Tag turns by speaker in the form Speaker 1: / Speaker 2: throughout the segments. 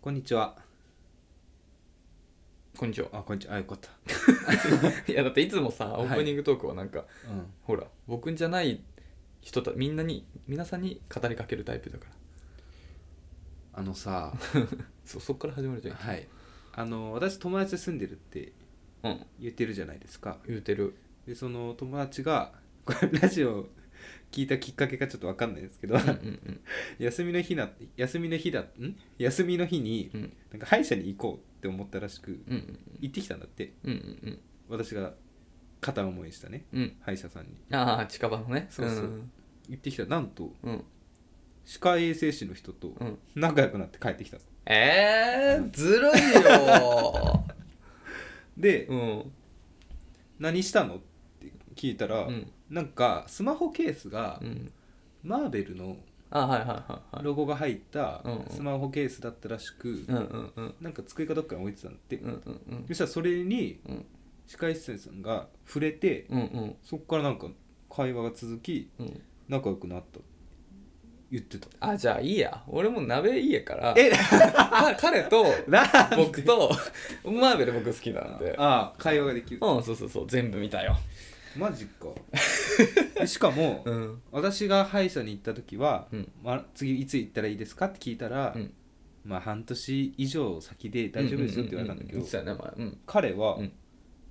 Speaker 1: こんにちは。
Speaker 2: こんにちは。
Speaker 1: あ、こんにちは。あ、よかった。
Speaker 2: いやだっていつもさオープニングトークはなんか、
Speaker 1: うん。
Speaker 2: ほら僕じゃない人たみんなに皆さんに語りかけるタイプだから
Speaker 1: あのさ、
Speaker 2: そそっから始まるじゃん、
Speaker 1: はい。あの、私、友達と住んでるって
Speaker 2: うん
Speaker 1: 言ってるじゃないですか。
Speaker 2: 言うてる
Speaker 1: で、その友達が、これ、ラジオ聞いたきっかけかちょっとわかんないですけど
Speaker 2: う、んうん
Speaker 1: 休みの日な、休みの日だ、ん休みの日に、
Speaker 2: うん
Speaker 1: なんか歯医者に行こうって思ったらしく、
Speaker 2: うんうん
Speaker 1: 行ってきたんだって。
Speaker 2: うんうん
Speaker 1: 私が片思いしたね、
Speaker 2: うんうん
Speaker 1: 歯医者さんに。
Speaker 2: ああ近場のね
Speaker 1: そうそう行ってきたら、なんと、
Speaker 2: うんうん
Speaker 1: 歯科衛生士の人と
Speaker 2: うん
Speaker 1: 仲良くなって帰ってきたの。
Speaker 2: えー、ずるいよ
Speaker 1: で、
Speaker 2: うん
Speaker 1: 何したのって聞いたら、
Speaker 2: うん
Speaker 1: なんかスマホケースが
Speaker 2: うん
Speaker 1: マーベルの
Speaker 2: あはいはいはいはい
Speaker 1: ロゴが入った
Speaker 2: うんうん
Speaker 1: スマホケースだったらしく、
Speaker 2: うんうんうん
Speaker 1: なんか机かどっかに置いてたんだって、
Speaker 2: うんうんうん
Speaker 1: そしたらそれに
Speaker 2: うん
Speaker 1: 歯科医師さんが触れて、
Speaker 2: うんうん
Speaker 1: そこからなんか会話が続き
Speaker 2: うん
Speaker 1: 仲良くなった言ってた
Speaker 2: あじゃあいいや俺も鍋いいやから
Speaker 1: え
Speaker 2: か彼 と
Speaker 1: な
Speaker 2: 僕とマーベル僕好きなんで
Speaker 1: ああ会話ができる
Speaker 2: うんそうそうそう全部見たよ
Speaker 1: マジかでしかも、
Speaker 2: ん
Speaker 1: 私が歯医者に行った時は、
Speaker 2: うん
Speaker 1: ま、次いつ行ったらいいですかって聞いたら、
Speaker 2: うん
Speaker 1: まあ半年以上先で大丈夫ですよって言われたんだけど、
Speaker 2: うんうんうんそうやねまあうん
Speaker 1: 彼は、
Speaker 2: うん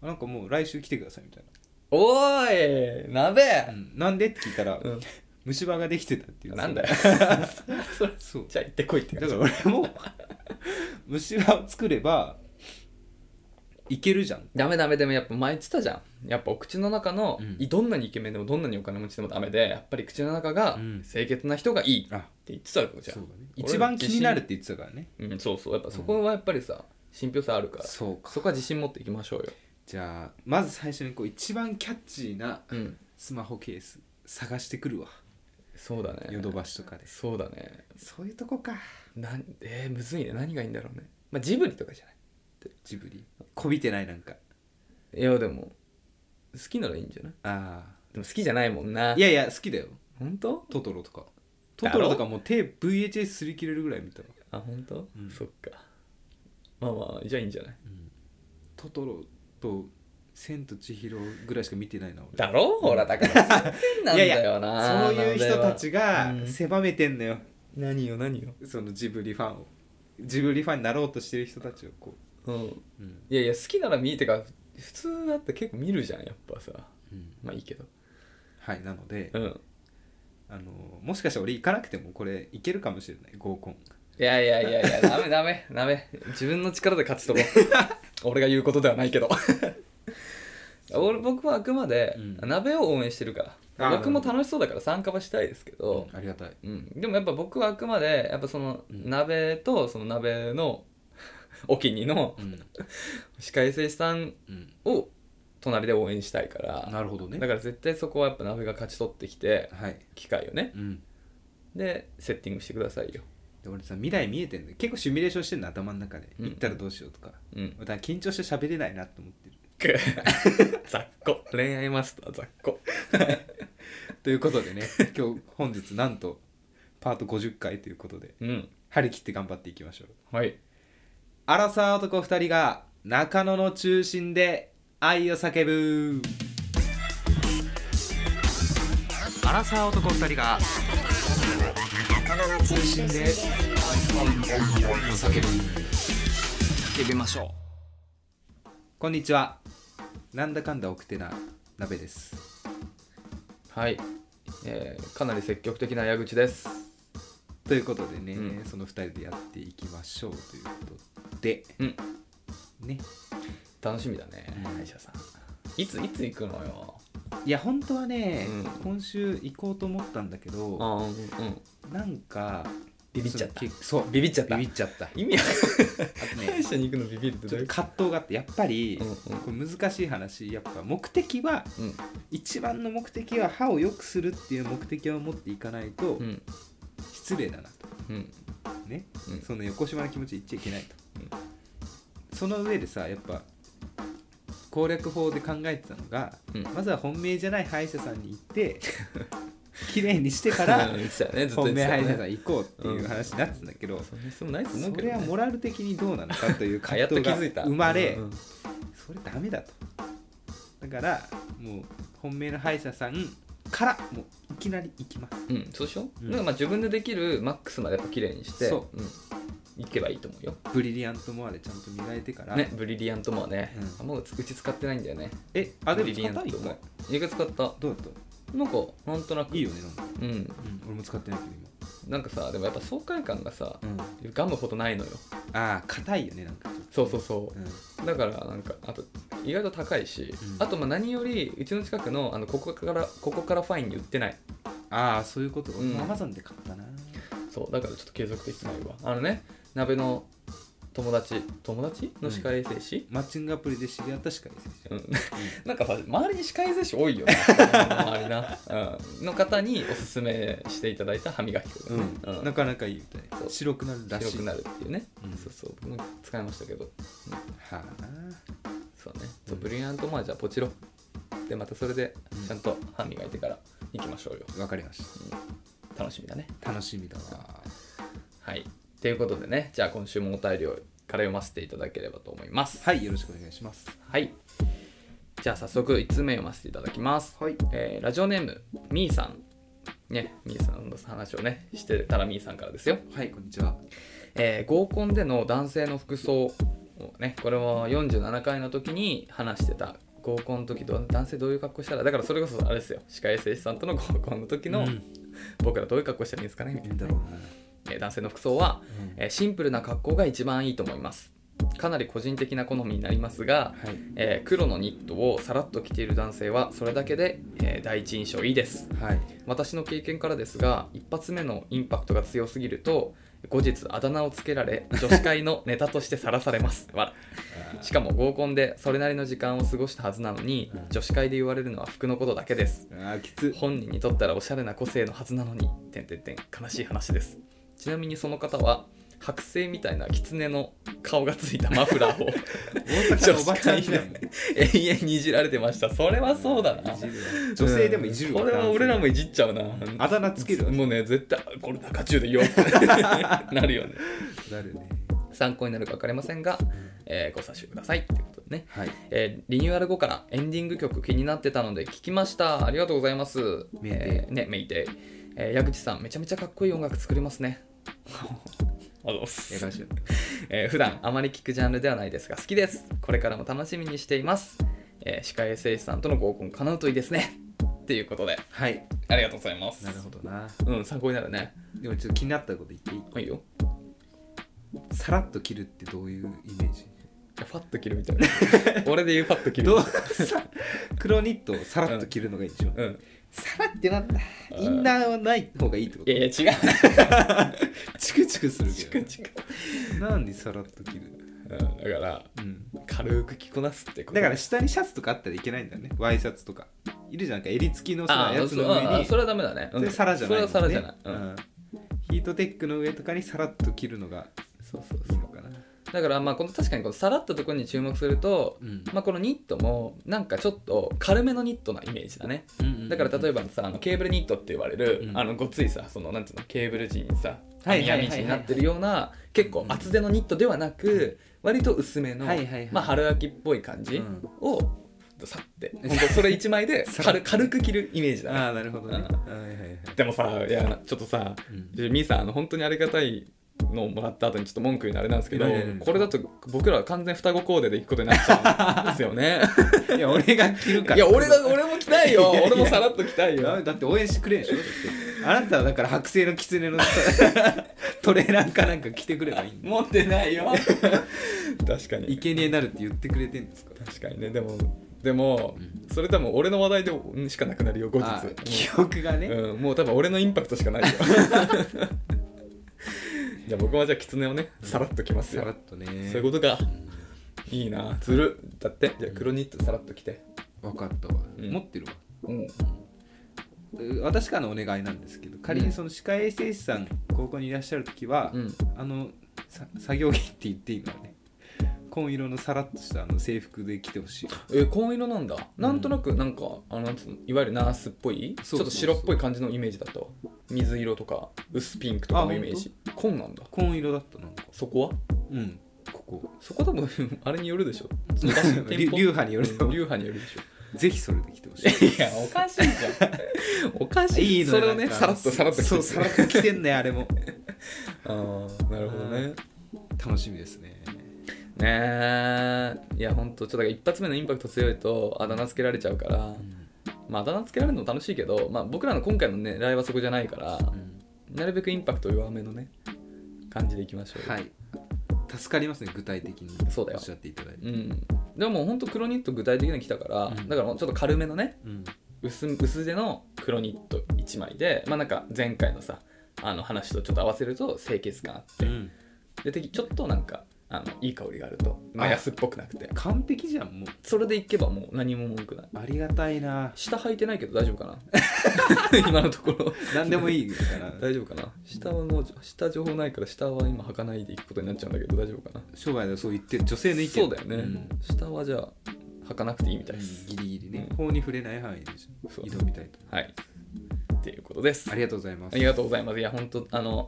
Speaker 1: なんかもう来週来てくださいみたい
Speaker 2: おーい鍋
Speaker 1: な、うんなんでって聞いたら、
Speaker 2: うん
Speaker 1: 虫歯ができてたっていう
Speaker 2: なんだよそれ
Speaker 1: そう
Speaker 2: じゃあ行ってこいって
Speaker 1: だ
Speaker 2: 感
Speaker 1: か
Speaker 2: じ
Speaker 1: ら俺も 虫歯を作ればいけるじゃん
Speaker 2: ダメダメでもやっぱ前言ってたじゃんやっぱお口の中の、
Speaker 1: うん
Speaker 2: いどんなにイケメンでもどんなにお金持ちでもダメでやっぱり口の中が
Speaker 1: うん
Speaker 2: 清潔な人がいいって
Speaker 1: あ
Speaker 2: 言ってたわけじゃ
Speaker 1: そ
Speaker 2: ん、
Speaker 1: うだね
Speaker 2: 俺
Speaker 1: 一番気になるって言ってたからね
Speaker 2: うん、そうそうやっぱそこはやっぱりさ信憑性あるから
Speaker 1: そうか
Speaker 2: そこは自信持っていきましょうよ
Speaker 1: じゃあまず最初にこう一番キャッチーな
Speaker 2: うん
Speaker 1: スマホケース探してくるわ
Speaker 2: そうだね
Speaker 1: ヨドバシとかで
Speaker 2: そうだね
Speaker 1: そういうとこか
Speaker 2: なんえー、むずいね何がいいんだろうねまあジブリとかじゃない
Speaker 1: ジブリこびてないなんか
Speaker 2: いやでも好きならいいんじゃない
Speaker 1: あ
Speaker 2: でも好きじゃないもんな
Speaker 1: あいやいや好きだよ
Speaker 2: 本当
Speaker 1: トトロとかト
Speaker 2: だろ
Speaker 1: トロとかもう手 VHS すり切れるぐらい見たわ
Speaker 2: あ本当、
Speaker 1: うん
Speaker 2: そっかまあまあじゃあいいんじゃない
Speaker 1: トトロと「千と千尋」ぐらいしか見てないな俺
Speaker 2: だろほらだからそうなんだよな
Speaker 1: そういう人たちが
Speaker 2: うん
Speaker 1: 狭めてんのよ、
Speaker 2: 何よ何よ
Speaker 1: そのジブリファンをジブリファンになろうとしてる人たちをこ
Speaker 2: うん
Speaker 1: う、うん
Speaker 2: いやいや好きなら見えてか普通だって結構見るじゃんやっぱさまあいいけど
Speaker 1: はいなので、
Speaker 2: うん
Speaker 1: あのもしかしたら俺行かなくてもこれいけるかもしれない合コン
Speaker 2: いやいやいや いやダメダメダメ自分の力で勝ち取ろ う俺が言うことではないけど俺僕はあくまで
Speaker 1: うん
Speaker 2: 鍋を応援してるか
Speaker 1: あ
Speaker 2: ら、
Speaker 1: ー
Speaker 2: 僕も楽しそうだから参加はしたいですけど、
Speaker 1: ありがたい
Speaker 2: うんでもやっぱ僕はあくまでやっぱその
Speaker 1: うん
Speaker 2: 鍋とその鍋の お気に入りの
Speaker 1: うん、
Speaker 2: 歯科衛生士さん
Speaker 1: うん、
Speaker 2: を隣で応援したいから
Speaker 1: なるほどね
Speaker 2: だから絶対そこはやっぱ鍋が勝ち取ってきて
Speaker 1: はい、
Speaker 2: 機会をね
Speaker 1: うん、
Speaker 2: でセッティングしてくださいよ、
Speaker 1: で俺さ未来見えてんだよ結構シミュレーションしてんの頭の中で、
Speaker 2: うん
Speaker 1: 行ったらどうしようとか
Speaker 2: うん、
Speaker 1: だから緊張して喋れないなと思ってる
Speaker 2: 雑魚恋愛マスター雑魚
Speaker 1: ということで ね今日本日なんとパート50回ということで
Speaker 2: うん
Speaker 1: 張り切って頑張っていきましょう
Speaker 2: はい
Speaker 1: アラサー男2人が中野の中心で愛を叫ぶアラサー男2人が中野の中心で愛を叫ぶ
Speaker 2: 叫びましょ
Speaker 1: こんにちはなんだかんだ奥手な鍋です
Speaker 2: うはい、えー、かなり積極的な矢口です
Speaker 1: ということでね、
Speaker 2: うん
Speaker 1: その2人でやっていきましょうということで、
Speaker 2: うん
Speaker 1: ね
Speaker 2: 楽しみだね
Speaker 1: うん
Speaker 2: 歯医者さんいついつ行くのよ
Speaker 1: いや本当はね、
Speaker 2: うん
Speaker 1: 今週行こうと思ったんだけど、
Speaker 2: あうんうん
Speaker 1: なんか
Speaker 2: ビビっちゃった
Speaker 1: そのけそう
Speaker 2: ビビっちゃった
Speaker 1: ビビっちゃったあ
Speaker 2: 意味あ
Speaker 1: と
Speaker 2: 歯医
Speaker 1: ね
Speaker 2: 者に行くのビビるって
Speaker 1: ち
Speaker 2: ど
Speaker 1: ょ
Speaker 2: う
Speaker 1: っ
Speaker 2: い
Speaker 1: と
Speaker 2: うこ
Speaker 1: 葛藤があってやっぱり、
Speaker 2: とうん
Speaker 1: これ難しい話やっぱ目的は
Speaker 2: うん
Speaker 1: 一番の目的は歯を良くするっていう目的を持っていかないと
Speaker 2: うん
Speaker 1: 失礼だなと
Speaker 2: うん
Speaker 1: ね、
Speaker 2: うん
Speaker 1: その横島な気持ちで言っちゃいけないと、
Speaker 2: うん
Speaker 1: その上でさやっぱ攻略法で考えてたのが
Speaker 2: うん
Speaker 1: まずは本命じゃない歯医者さんに行って綺麗にしてから
Speaker 2: うん言ってたよねずっと
Speaker 1: 本
Speaker 2: 言って
Speaker 1: 命
Speaker 2: た
Speaker 1: 敗者
Speaker 2: よね
Speaker 1: さん行こうっていう話になってたんだけど、
Speaker 2: そんな必要ないと思う
Speaker 1: そ
Speaker 2: けど、
Speaker 1: れは
Speaker 2: ね、
Speaker 1: モラル的にどうなのかという
Speaker 2: や
Speaker 1: 葛
Speaker 2: っと
Speaker 1: 藤
Speaker 2: 気
Speaker 1: が
Speaker 2: づいた
Speaker 1: 生まれ、
Speaker 2: うんうん
Speaker 1: それダメだとだからもう本命の歯医者さんからもういきなり行きます
Speaker 2: うん、そうしよう、
Speaker 1: うん
Speaker 2: なんかまあ自分でできるマックスまでやっぱ綺麗にして
Speaker 1: そ
Speaker 2: うん、いけばいいと思うよ
Speaker 1: ブリリアントモアでちゃんと磨いてから、
Speaker 2: ねブリリアントもはね、
Speaker 1: うん
Speaker 2: あんまうちうち使ってないんだよね
Speaker 1: えあで
Speaker 2: ブ
Speaker 1: も
Speaker 2: リ
Speaker 1: 使
Speaker 2: リア
Speaker 1: っ
Speaker 2: ン
Speaker 1: た
Speaker 2: ト
Speaker 1: 一回
Speaker 2: も一回使った
Speaker 1: どうだっ
Speaker 2: なんかなんとな
Speaker 1: た
Speaker 2: く
Speaker 1: いいよねなんか、
Speaker 2: うん
Speaker 1: 俺も使ってないけど
Speaker 2: なんかさでもやっぱ爽快感がさ
Speaker 1: 今、
Speaker 2: 噛むほどないのよ
Speaker 1: ああ硬いよねなんかちょっ
Speaker 2: そうそうそ
Speaker 1: と、うん、
Speaker 2: うだからなんかあと意外と高いし、
Speaker 1: うん
Speaker 2: あとまあ何よりうちの近くのあのここからここからファインに売ってない
Speaker 1: ああそういうこと
Speaker 2: ん
Speaker 1: 俺もアマゾンで買ったな、
Speaker 2: そうだからちょっと継続できてないわあのね鍋の友達友達の歯科衛生士、
Speaker 1: マッチングアプリで知り合ったしかいないですよ
Speaker 2: うんなんかさ周りに歯科衛生士多いよな周りな、うん、の方におすすめしていただいた歯磨き粉がね、うん
Speaker 1: なかなかいいみたい
Speaker 2: そう
Speaker 1: 白くなるらしい
Speaker 2: 白くなるっていうね、
Speaker 1: うん
Speaker 2: そうそう僕も使いましたけど
Speaker 1: はあ
Speaker 2: そうね、そう
Speaker 1: うん
Speaker 2: ブリリアントマージャーポチロでまたそれで
Speaker 1: うん
Speaker 2: ちゃんと歯磨いてから行きましょうよ
Speaker 1: わかりまし
Speaker 2: 楽しみだね
Speaker 1: た楽しみだわ
Speaker 2: はいということでねじゃあ今週もお便りをから読ませていただければと思います
Speaker 1: はいよろしくお願いします
Speaker 2: はいじゃあ早速1つ目読ませていただきます
Speaker 1: はい
Speaker 2: えーラジオネームみーさんねみーさんの話をねしてたらみーさんからですよ、
Speaker 1: はいこんにちは
Speaker 2: えー合コンでの男性の服装をねこれも47回の時に話してた合コンの時どう男性どういう格好したらだからそれこそあれですよ歯科衛生士さんとの合コンの時の、
Speaker 1: うん
Speaker 2: 僕らどういう格好したらいいんですかねみた
Speaker 1: い
Speaker 2: い
Speaker 1: いん
Speaker 2: な
Speaker 1: だ
Speaker 2: ね
Speaker 1: ろうな
Speaker 2: えー男性の服装は、
Speaker 1: うん
Speaker 2: えーシンプルな格好が一番いいと思いますかなり個人的な好みになりますが、えー黒のニットをさらっと着ている男性はそれだけで、えー第一印象いいです
Speaker 1: はいはい
Speaker 2: 私の経験からですが一発目のインパクトが強すぎると後日あだ名をつけられ女子会のネタとしてさらされますわらしかも合コンでそれなりの時間を過ごしたはずなのに
Speaker 1: うん
Speaker 2: 女子会で言われるのは服のことだけです
Speaker 1: あーきつ
Speaker 2: 本人にとったらおしゃれな個性のはずなのにてんてんてん悲しい話ですちなみにその方は剥製みたいな狐の顔がついたマフラ ーを
Speaker 1: 大阪のおばちゃんみたいな
Speaker 2: 永遠にいじられてましたそれはそうだない
Speaker 1: じるわ女性でもいじるわ
Speaker 2: これは俺らも
Speaker 1: 男
Speaker 2: いじっちゃうな
Speaker 1: 性あだ名つけるわ
Speaker 2: もうね絶対これ中中で 言おうなるよね
Speaker 1: なるね
Speaker 2: 参考になるか分かりませんが、えーご察しくださいってことでね、
Speaker 1: はい
Speaker 2: えーリニューアル後からエンディング曲気になってたので聞きましたありがとうございます
Speaker 1: メイテイ
Speaker 2: えーねメイテイ、えー矢口さんめちゃめちゃかっこいい音楽作ります ねありがとうございます
Speaker 1: えらしい
Speaker 2: えー普段あまり聞くジャンルではないですが好きですこれからも楽しみにしています、えー、歯科衛生士さんとの合コン叶うといいですねっていうことで
Speaker 1: はい
Speaker 2: ありがとうございます
Speaker 1: なるほどな
Speaker 2: うん参考になるね
Speaker 1: でもちょっと気になったこと言っていい
Speaker 2: いいよ
Speaker 1: さらっと切るってどういうイメージ
Speaker 2: ファッと切るみたい な俺で言うファッと切る
Speaker 1: どう さ黒ニットをさらっと着るのがいいでしょ、
Speaker 2: うん
Speaker 1: さらってなんだインナーはない方がいいってこ
Speaker 2: い
Speaker 1: と
Speaker 2: やいや違う
Speaker 1: チクチクする
Speaker 2: チク
Speaker 1: け
Speaker 2: チク
Speaker 1: どなんでさらっと着る、
Speaker 2: うんだから
Speaker 1: うん、
Speaker 2: 軽く着こなすってこと
Speaker 1: だから下にシャツとかあったらいけないんだよねワイシャツとかいるじゃんか襟付きの
Speaker 2: あ
Speaker 1: さ
Speaker 2: あ
Speaker 1: やつの上
Speaker 2: そうああ
Speaker 1: に
Speaker 2: それはダメだね、う
Speaker 1: それ皿じゃない
Speaker 2: それは
Speaker 1: もんね
Speaker 2: 皿じゃない、うん
Speaker 1: うんヒートテックの上とかにさらっと着るのが
Speaker 2: そうそう
Speaker 1: い
Speaker 2: そ
Speaker 1: いうのかな
Speaker 2: だからまあこの確かにこのさらっとところに注目すると、
Speaker 1: うん
Speaker 2: まあ、このニットもなんかちょっと軽めのニットなイメージだねだから例え
Speaker 1: ば
Speaker 2: ばさあのケーブルニットって言われる、
Speaker 1: うん
Speaker 2: あのごっついさそのなんていうのケーブル地にさ
Speaker 1: はい
Speaker 2: 網
Speaker 1: はいはいは
Speaker 2: 網
Speaker 1: い
Speaker 2: 地になってるような結構厚手のニットではなく、割と薄めの、
Speaker 1: はいはいはい
Speaker 2: まあ、春秋っぽい感
Speaker 1: う
Speaker 2: じ
Speaker 1: ん
Speaker 2: をさって本当それ一枚 で
Speaker 1: さ
Speaker 2: 軽軽く着るイメージだね
Speaker 1: ああなるほどね
Speaker 2: うん
Speaker 1: はいはいはい
Speaker 2: でもさいやちょっとさ、
Speaker 1: うん
Speaker 2: じゃあみーさんあの本当にありがたいのをもらった後にちょっと文句になれなんですけど
Speaker 1: いやいやいや
Speaker 2: これだと僕らは完全双子コーデで行くことになっちゃうんですよね
Speaker 1: いや俺が着るから
Speaker 2: いや俺が俺も着たいよ俺もさらっと着たい
Speaker 1: ダ
Speaker 2: よ
Speaker 1: メだって応援してくれんでしょだってあなたはだから剥製の狐のさトレーラーかなんか着てくればいいんだ
Speaker 2: 持ってないよ 確かに
Speaker 1: 生贄になるって言ってくれてんですか
Speaker 2: 確かにねでもでも、それ多分俺の話題でうんしかなくなるよ後日
Speaker 1: あ記憶がね、
Speaker 2: うん、もう多分俺のインパクトしかない よじゃあ僕はじゃあ狐をねさらっときますよ
Speaker 1: さらっとね
Speaker 2: そういうことか。いいな、つる。だって、じゃあ黒ニットさらっと着て。
Speaker 1: 分かったわ、
Speaker 2: うん
Speaker 1: 持ってるわ
Speaker 2: うん。
Speaker 1: う私からのお願いなんですけど仮にその歯科衛生士さん高校にいらっしゃる時は、
Speaker 2: うん。
Speaker 1: あのさ作業着って言っていいのね紺色のさらっとしたあの制服で着てほしい
Speaker 2: えー紺色なんだなんとなくなんか、あのなんつうのいわゆるナースっぽい
Speaker 1: そうそうそう
Speaker 2: ちょっと白っぽい感じのイメージだったわ水色とか薄ピンクとかのイメージ紺なんだ
Speaker 1: 紺色だったなんか
Speaker 2: そこは
Speaker 1: うんこ こ
Speaker 2: そこ多分 あれによるでしょ
Speaker 1: 流流派による
Speaker 2: 流派によるでしょ
Speaker 1: ぜひそれで着てほしい
Speaker 2: いや、おかしいじゃん。 おかしい。
Speaker 1: の
Speaker 2: そ
Speaker 1: よ
Speaker 2: れを
Speaker 1: な
Speaker 2: ね、
Speaker 1: んか
Speaker 2: さらっとさらっと
Speaker 1: そうさらっと着てんねあれも
Speaker 2: ああ、なるほどね。
Speaker 1: 楽しみですね
Speaker 2: ねえ。いや、ほんと、ちょっとだから一発目のインパクト強いと、あだ名つけられちゃうから、まあ、あだ名つけられるのも楽しいけど、まあ、僕らの今回の狙いはそこじゃないから、なるべくインパクト弱めのね、感じでいきましょう。
Speaker 1: はい助かりますね具体的に
Speaker 2: そうだよ
Speaker 1: おっしゃっていただいて
Speaker 2: うん。でももうほんと黒ニット具体的に来たから、
Speaker 1: うん
Speaker 2: だからちょっと軽めのね、
Speaker 1: うん
Speaker 2: 薄薄手の黒ニット1枚で、まあなんか前回のさ、あの話とちょっと合わせると清潔感あって、
Speaker 1: うん
Speaker 2: でてきちょっとなんかあのいい香りがあると、まあ、
Speaker 1: あ
Speaker 2: 安っぽくなくて
Speaker 1: 完璧じゃんもう
Speaker 2: それでいけばもう何も文句ない
Speaker 1: ありがたいな
Speaker 2: 下履いてないけど大丈夫かな 今のところ
Speaker 1: 何でもいい から
Speaker 2: 大丈夫かな下はもう下情報ないから下は今履かないでいくことになっちゃうんだけど大丈夫かな
Speaker 1: 商売ではそう言ってる女性の意見
Speaker 2: そうだよね、
Speaker 1: うん
Speaker 2: 下はじゃあ履かなくていいみたいです、
Speaker 1: ギリギリね、
Speaker 2: うん
Speaker 1: 法に触れない範囲で
Speaker 2: そう
Speaker 1: 挑みたいと
Speaker 2: はいっていうことです
Speaker 1: ありがとうございます
Speaker 2: ありがとうございますいや本当あの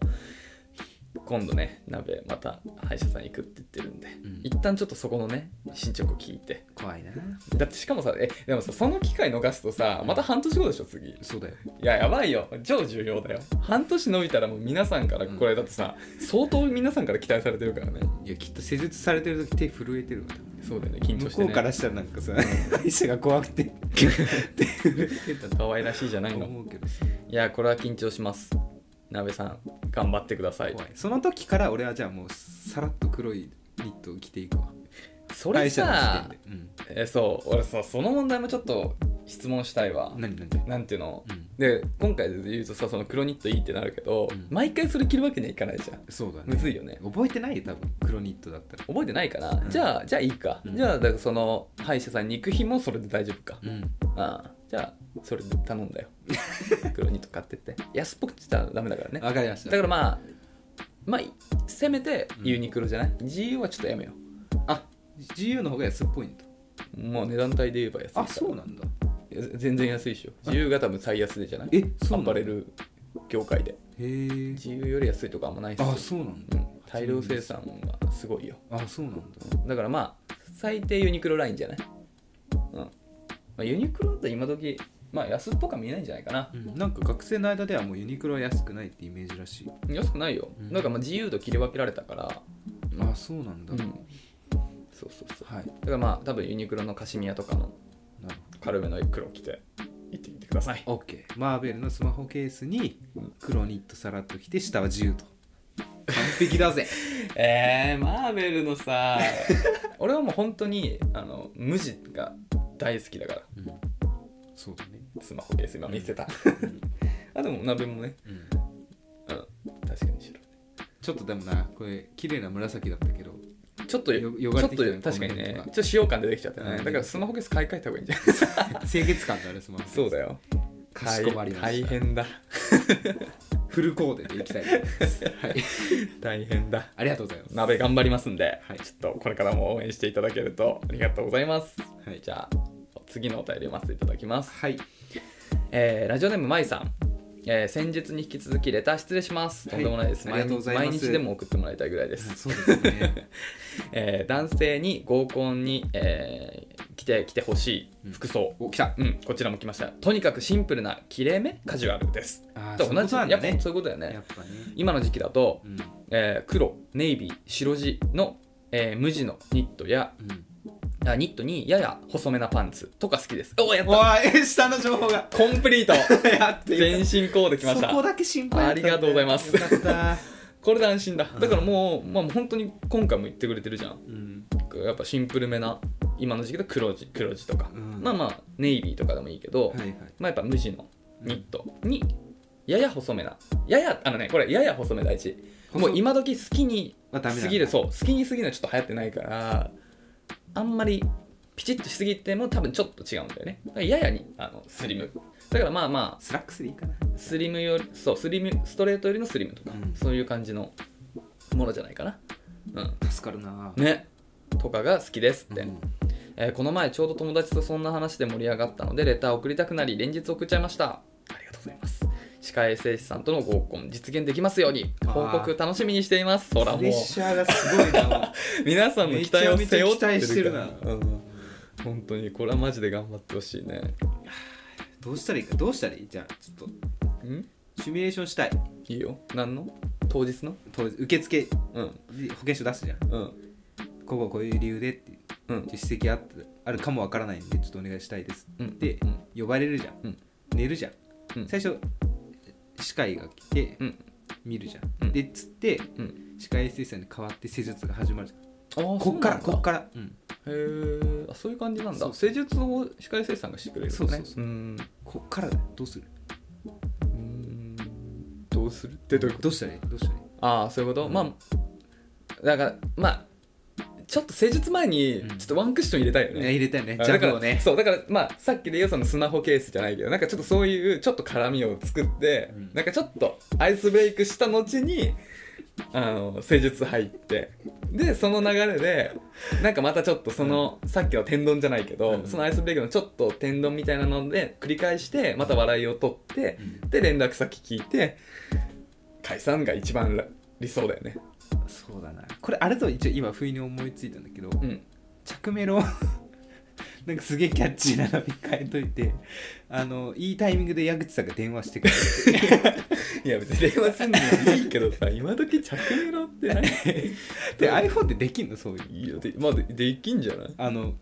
Speaker 2: 今度ね鍋また歯医者さん行くって言ってるんで、
Speaker 1: ん
Speaker 2: 一旦ちょっとそこのね進捗を聞いて
Speaker 1: 怖いな
Speaker 2: だってしかもさえでもさその機会逃すとさまた半年後でしょ次い
Speaker 1: そうだよ
Speaker 2: ややばいよ超重要だよ半年伸びたらもう皆さんからこれだってさ、相当皆さんから期待されてるからね
Speaker 1: いやきっと施術されてる時手震えてるわ
Speaker 2: そうだよね緊張
Speaker 1: 向
Speaker 2: して、
Speaker 1: こ
Speaker 2: ね、
Speaker 1: うからしたらなんか さ医者が怖くて手震えてた
Speaker 2: 可愛らしいじゃない
Speaker 1: と
Speaker 2: の
Speaker 1: 思うけど
Speaker 2: いやこれは緊張します鍋さん頑張ってください
Speaker 1: 怖いその時から俺はじゃあもうさらっと黒いニットを着ていくわ
Speaker 2: それ
Speaker 1: 歯医者
Speaker 2: さ
Speaker 1: の時点で
Speaker 2: えそう俺さその問題もちょっと質問したいわ
Speaker 1: うん何何
Speaker 2: なんていうの
Speaker 1: うん
Speaker 2: で今回で言うとさその黒ニットいいってなるけど、
Speaker 1: うん
Speaker 2: 毎回それ着るわけにはいかないじゃん
Speaker 1: そうだね
Speaker 2: むずいよね
Speaker 1: 覚えてないよ多分黒ニットだったら
Speaker 2: 覚えてないかな、
Speaker 1: ん
Speaker 2: じゃあじゃあいいか、
Speaker 1: うん
Speaker 2: じゃあだからその歯医者さんに行く日もそれで大丈夫か、
Speaker 1: うん
Speaker 2: ああじゃあそれで 頼んだよ黒ニット買ってって安っぽくって言ったらダメだからね
Speaker 1: わかりました
Speaker 2: だからまあまあせめてユニクロじゃない、GU はちょっとやめよ
Speaker 1: あ自由の方が安っぽいんだ
Speaker 2: うもう値段帯で言えば安いから
Speaker 1: あそうなんだ
Speaker 2: いや全然安いでしょ GU が多分最安でじゃない
Speaker 1: えそうな
Speaker 2: ア
Speaker 1: んだ
Speaker 2: パレル業界で
Speaker 1: へえ
Speaker 2: GU より安いとかあんまないっすよ
Speaker 1: あそうなん
Speaker 2: う
Speaker 1: だ
Speaker 2: ん大量生産がすごいよ
Speaker 1: あそうなんだ
Speaker 2: だからまあ最低ユニクロラインじゃない、うんまあ、ユニクロだと今時まあ安っぽくは見えないんじゃないかな、
Speaker 1: なんか学生の間ではもうユニクロは安くないってイメージらしい
Speaker 2: 安くないよ、
Speaker 1: うん
Speaker 2: なんかまあ自由度切り分けられたから
Speaker 1: あそうなんだ、
Speaker 2: うん
Speaker 1: は
Speaker 2: そうそうそう
Speaker 1: い
Speaker 2: だからまあ多分ユニクロのカシミヤとかの
Speaker 1: なる
Speaker 2: 軽めの黒着て行ってみてください
Speaker 1: ほど OK マーベルのスマホケースに黒ニットさらっと着て下は自由と完璧だぜ
Speaker 2: えー、マーベルのさ 俺はもう本当にあの無地が大好きだから
Speaker 1: そうだね、
Speaker 2: スマホケース今見せたあでも鍋もねうん確かに白い
Speaker 1: ちょっとでもなこれ綺麗な紫だったけど
Speaker 2: ちょっと
Speaker 1: よ
Speaker 2: ちょ
Speaker 1: よがれ
Speaker 2: ってと
Speaker 1: きたよね
Speaker 2: 確かに
Speaker 1: この辺
Speaker 2: ね
Speaker 1: とか
Speaker 2: ちょっと使用感出てきちゃったね、
Speaker 1: うん
Speaker 2: だからスマホケース買い替えた方がいいんじゃないですか
Speaker 1: 清潔感のあるスマホケース
Speaker 2: そうだよ
Speaker 1: かしこまりま
Speaker 2: 大
Speaker 1: した
Speaker 2: 変だ
Speaker 1: フルコーデでい きたいと思います、はい、
Speaker 2: 大変だ
Speaker 1: ありがとうございます
Speaker 2: 鍋頑張りますんで、
Speaker 1: はい
Speaker 2: ちょっとこれからも応援していただけるとありがとうございます、
Speaker 1: はい
Speaker 2: じゃあ次のお便り読ませていただきます、
Speaker 1: はい
Speaker 2: えーラジオネームまいさん、えー先日に引き続きレター失礼しますとんでもないです、
Speaker 1: はいありがとうございます
Speaker 2: 毎日毎日でも送ってもらいたいぐらいです
Speaker 1: そうです ね
Speaker 2: えー男性に合コンに、えー着て着てほしい服装、
Speaker 1: お来た
Speaker 2: うんこちらも来ましたとにかくシンプルなきれいめカジュアルです
Speaker 1: あー
Speaker 2: と
Speaker 1: そういう
Speaker 2: 同
Speaker 1: こ
Speaker 2: じ
Speaker 1: と
Speaker 2: や
Speaker 1: な
Speaker 2: っ
Speaker 1: んだね
Speaker 2: ぱそういうことだよ
Speaker 1: や
Speaker 2: ね
Speaker 1: っぱね
Speaker 2: 今の時期だと、
Speaker 1: うん
Speaker 2: えー黒ネイビー白地の、えー無地のニットや
Speaker 1: うん
Speaker 2: あニットにやや細めなパンツとか好きですおおやっ
Speaker 1: お
Speaker 2: た
Speaker 1: い下の情報が
Speaker 2: コンプリー ト
Speaker 1: やってよ
Speaker 2: 全身コーデきました
Speaker 1: そこだけ心配だったんだよ
Speaker 2: ありがとうございます
Speaker 1: よかった、
Speaker 2: これで安心だだからもう、まあ、本当に今回も言ってくれてるじゃん
Speaker 1: うん、
Speaker 2: やっぱシンプルめな今の時期だと黒地黒地とか、
Speaker 1: うん
Speaker 2: まあまあネイビーとかでもいいけど、
Speaker 1: はいはい
Speaker 2: まあやっぱ無地のニットにやや細めなややあのねこれやや細め大事
Speaker 1: 細
Speaker 2: もう今時好きに
Speaker 1: はダメなんだ
Speaker 2: すぎるそう好きにすぎるのはちょっと流行ってないからあんまりピチッとしすぎても多分ちょっと違うんだよねだからややにあのスリムだからまあまあ
Speaker 1: スラックスでいいかな
Speaker 2: スリムよりそうスリムストレートよりのスリムとか、
Speaker 1: うん
Speaker 2: そういう感じのものじゃないかなうん
Speaker 1: 助かるな、
Speaker 2: ねとかが好きですって、
Speaker 3: うん
Speaker 2: えーこの前ちょうど友達とそんな話で盛り上がったのでレターを送りたくなり連日送っちゃいましたありがとうございます歯科衛生士さんとの合コン実現できますように
Speaker 1: あー
Speaker 2: 報告楽しみにしていますほら
Speaker 1: プ
Speaker 2: も
Speaker 1: レ
Speaker 2: う
Speaker 1: ッシャーがすごいな
Speaker 2: 皆さんの期待を
Speaker 1: めち
Speaker 2: 背
Speaker 1: ゃ
Speaker 2: 負
Speaker 1: め
Speaker 2: っ
Speaker 1: ちゃ期待しててる
Speaker 2: るから
Speaker 1: な
Speaker 2: うん本当にこれはマジで頑張ってほしいね
Speaker 1: どうしたらいいかどうしたらいいじゃあちょっ
Speaker 2: ん
Speaker 1: とシミュレーションしたい
Speaker 2: いいよ何の当日の
Speaker 1: 当日受付
Speaker 2: うん
Speaker 1: で保険証出すじゃん
Speaker 2: うん
Speaker 1: ここはこういう理由でって
Speaker 2: うん
Speaker 1: 実績あってあるかもわからないんでちょっとお願いしたいです
Speaker 2: うん
Speaker 1: で
Speaker 2: うん
Speaker 1: 呼ばれるじゃん、
Speaker 2: うん
Speaker 1: 寝るじゃん、
Speaker 2: うん
Speaker 1: 最初歯科医が来て、
Speaker 2: うん
Speaker 1: 見るじゃん、
Speaker 2: うん
Speaker 1: でつって
Speaker 2: うん
Speaker 1: 歯科衛生士さんに代わって施術が始まるじゃ
Speaker 2: あー
Speaker 1: んこっから
Speaker 2: そ
Speaker 1: こ
Speaker 2: うなんだ
Speaker 1: っから、うん、
Speaker 2: へえあそういう感じなん
Speaker 1: そ
Speaker 2: だ
Speaker 1: う
Speaker 2: 施術を歯科衛生士さんがしてくれるのね
Speaker 1: そうそうそ
Speaker 2: ん
Speaker 1: こっからだよどうする
Speaker 2: うーんどうするってどういうこと
Speaker 1: どうしたらいいどうしたらいい
Speaker 2: ああそういうこと、
Speaker 1: うん
Speaker 2: まあだからまあちょっと施術前に
Speaker 1: うん
Speaker 2: ちょっとワンクッション入れたいよ
Speaker 1: いや
Speaker 2: ね、
Speaker 1: 入れたいね
Speaker 2: あ
Speaker 1: ジャ
Speaker 2: だか
Speaker 1: ブを
Speaker 2: ら
Speaker 1: ね
Speaker 2: そうだからまあさっきで言うそのスマホケースじゃないけどなんかちょっとそういうちょっと絡みを作って、
Speaker 1: うん
Speaker 2: なんかちょっとアイスブレイクした後にあの施術入ってでその流れでなんかまたちょっとその、さっきの天丼じゃないけど、
Speaker 1: うん
Speaker 2: そのアイスブレイクのちょっと天丼みたいなので繰り返してまた笑いを取って
Speaker 1: うん
Speaker 2: で連絡先聞いて解散が一番ら理想だよね
Speaker 1: そうだなこれあれと一応今不意に思いついたんだけど、
Speaker 2: うん
Speaker 1: 着メロ なんかすげえキャッチーなのに変えといてあのいいタイミングで矢口さんが電話してくる
Speaker 2: いや別に電話すんのもいいけどさ今時着メロって 何
Speaker 1: で iPhone ってできんのそういう
Speaker 2: いいよでまあでできんじゃない
Speaker 1: あの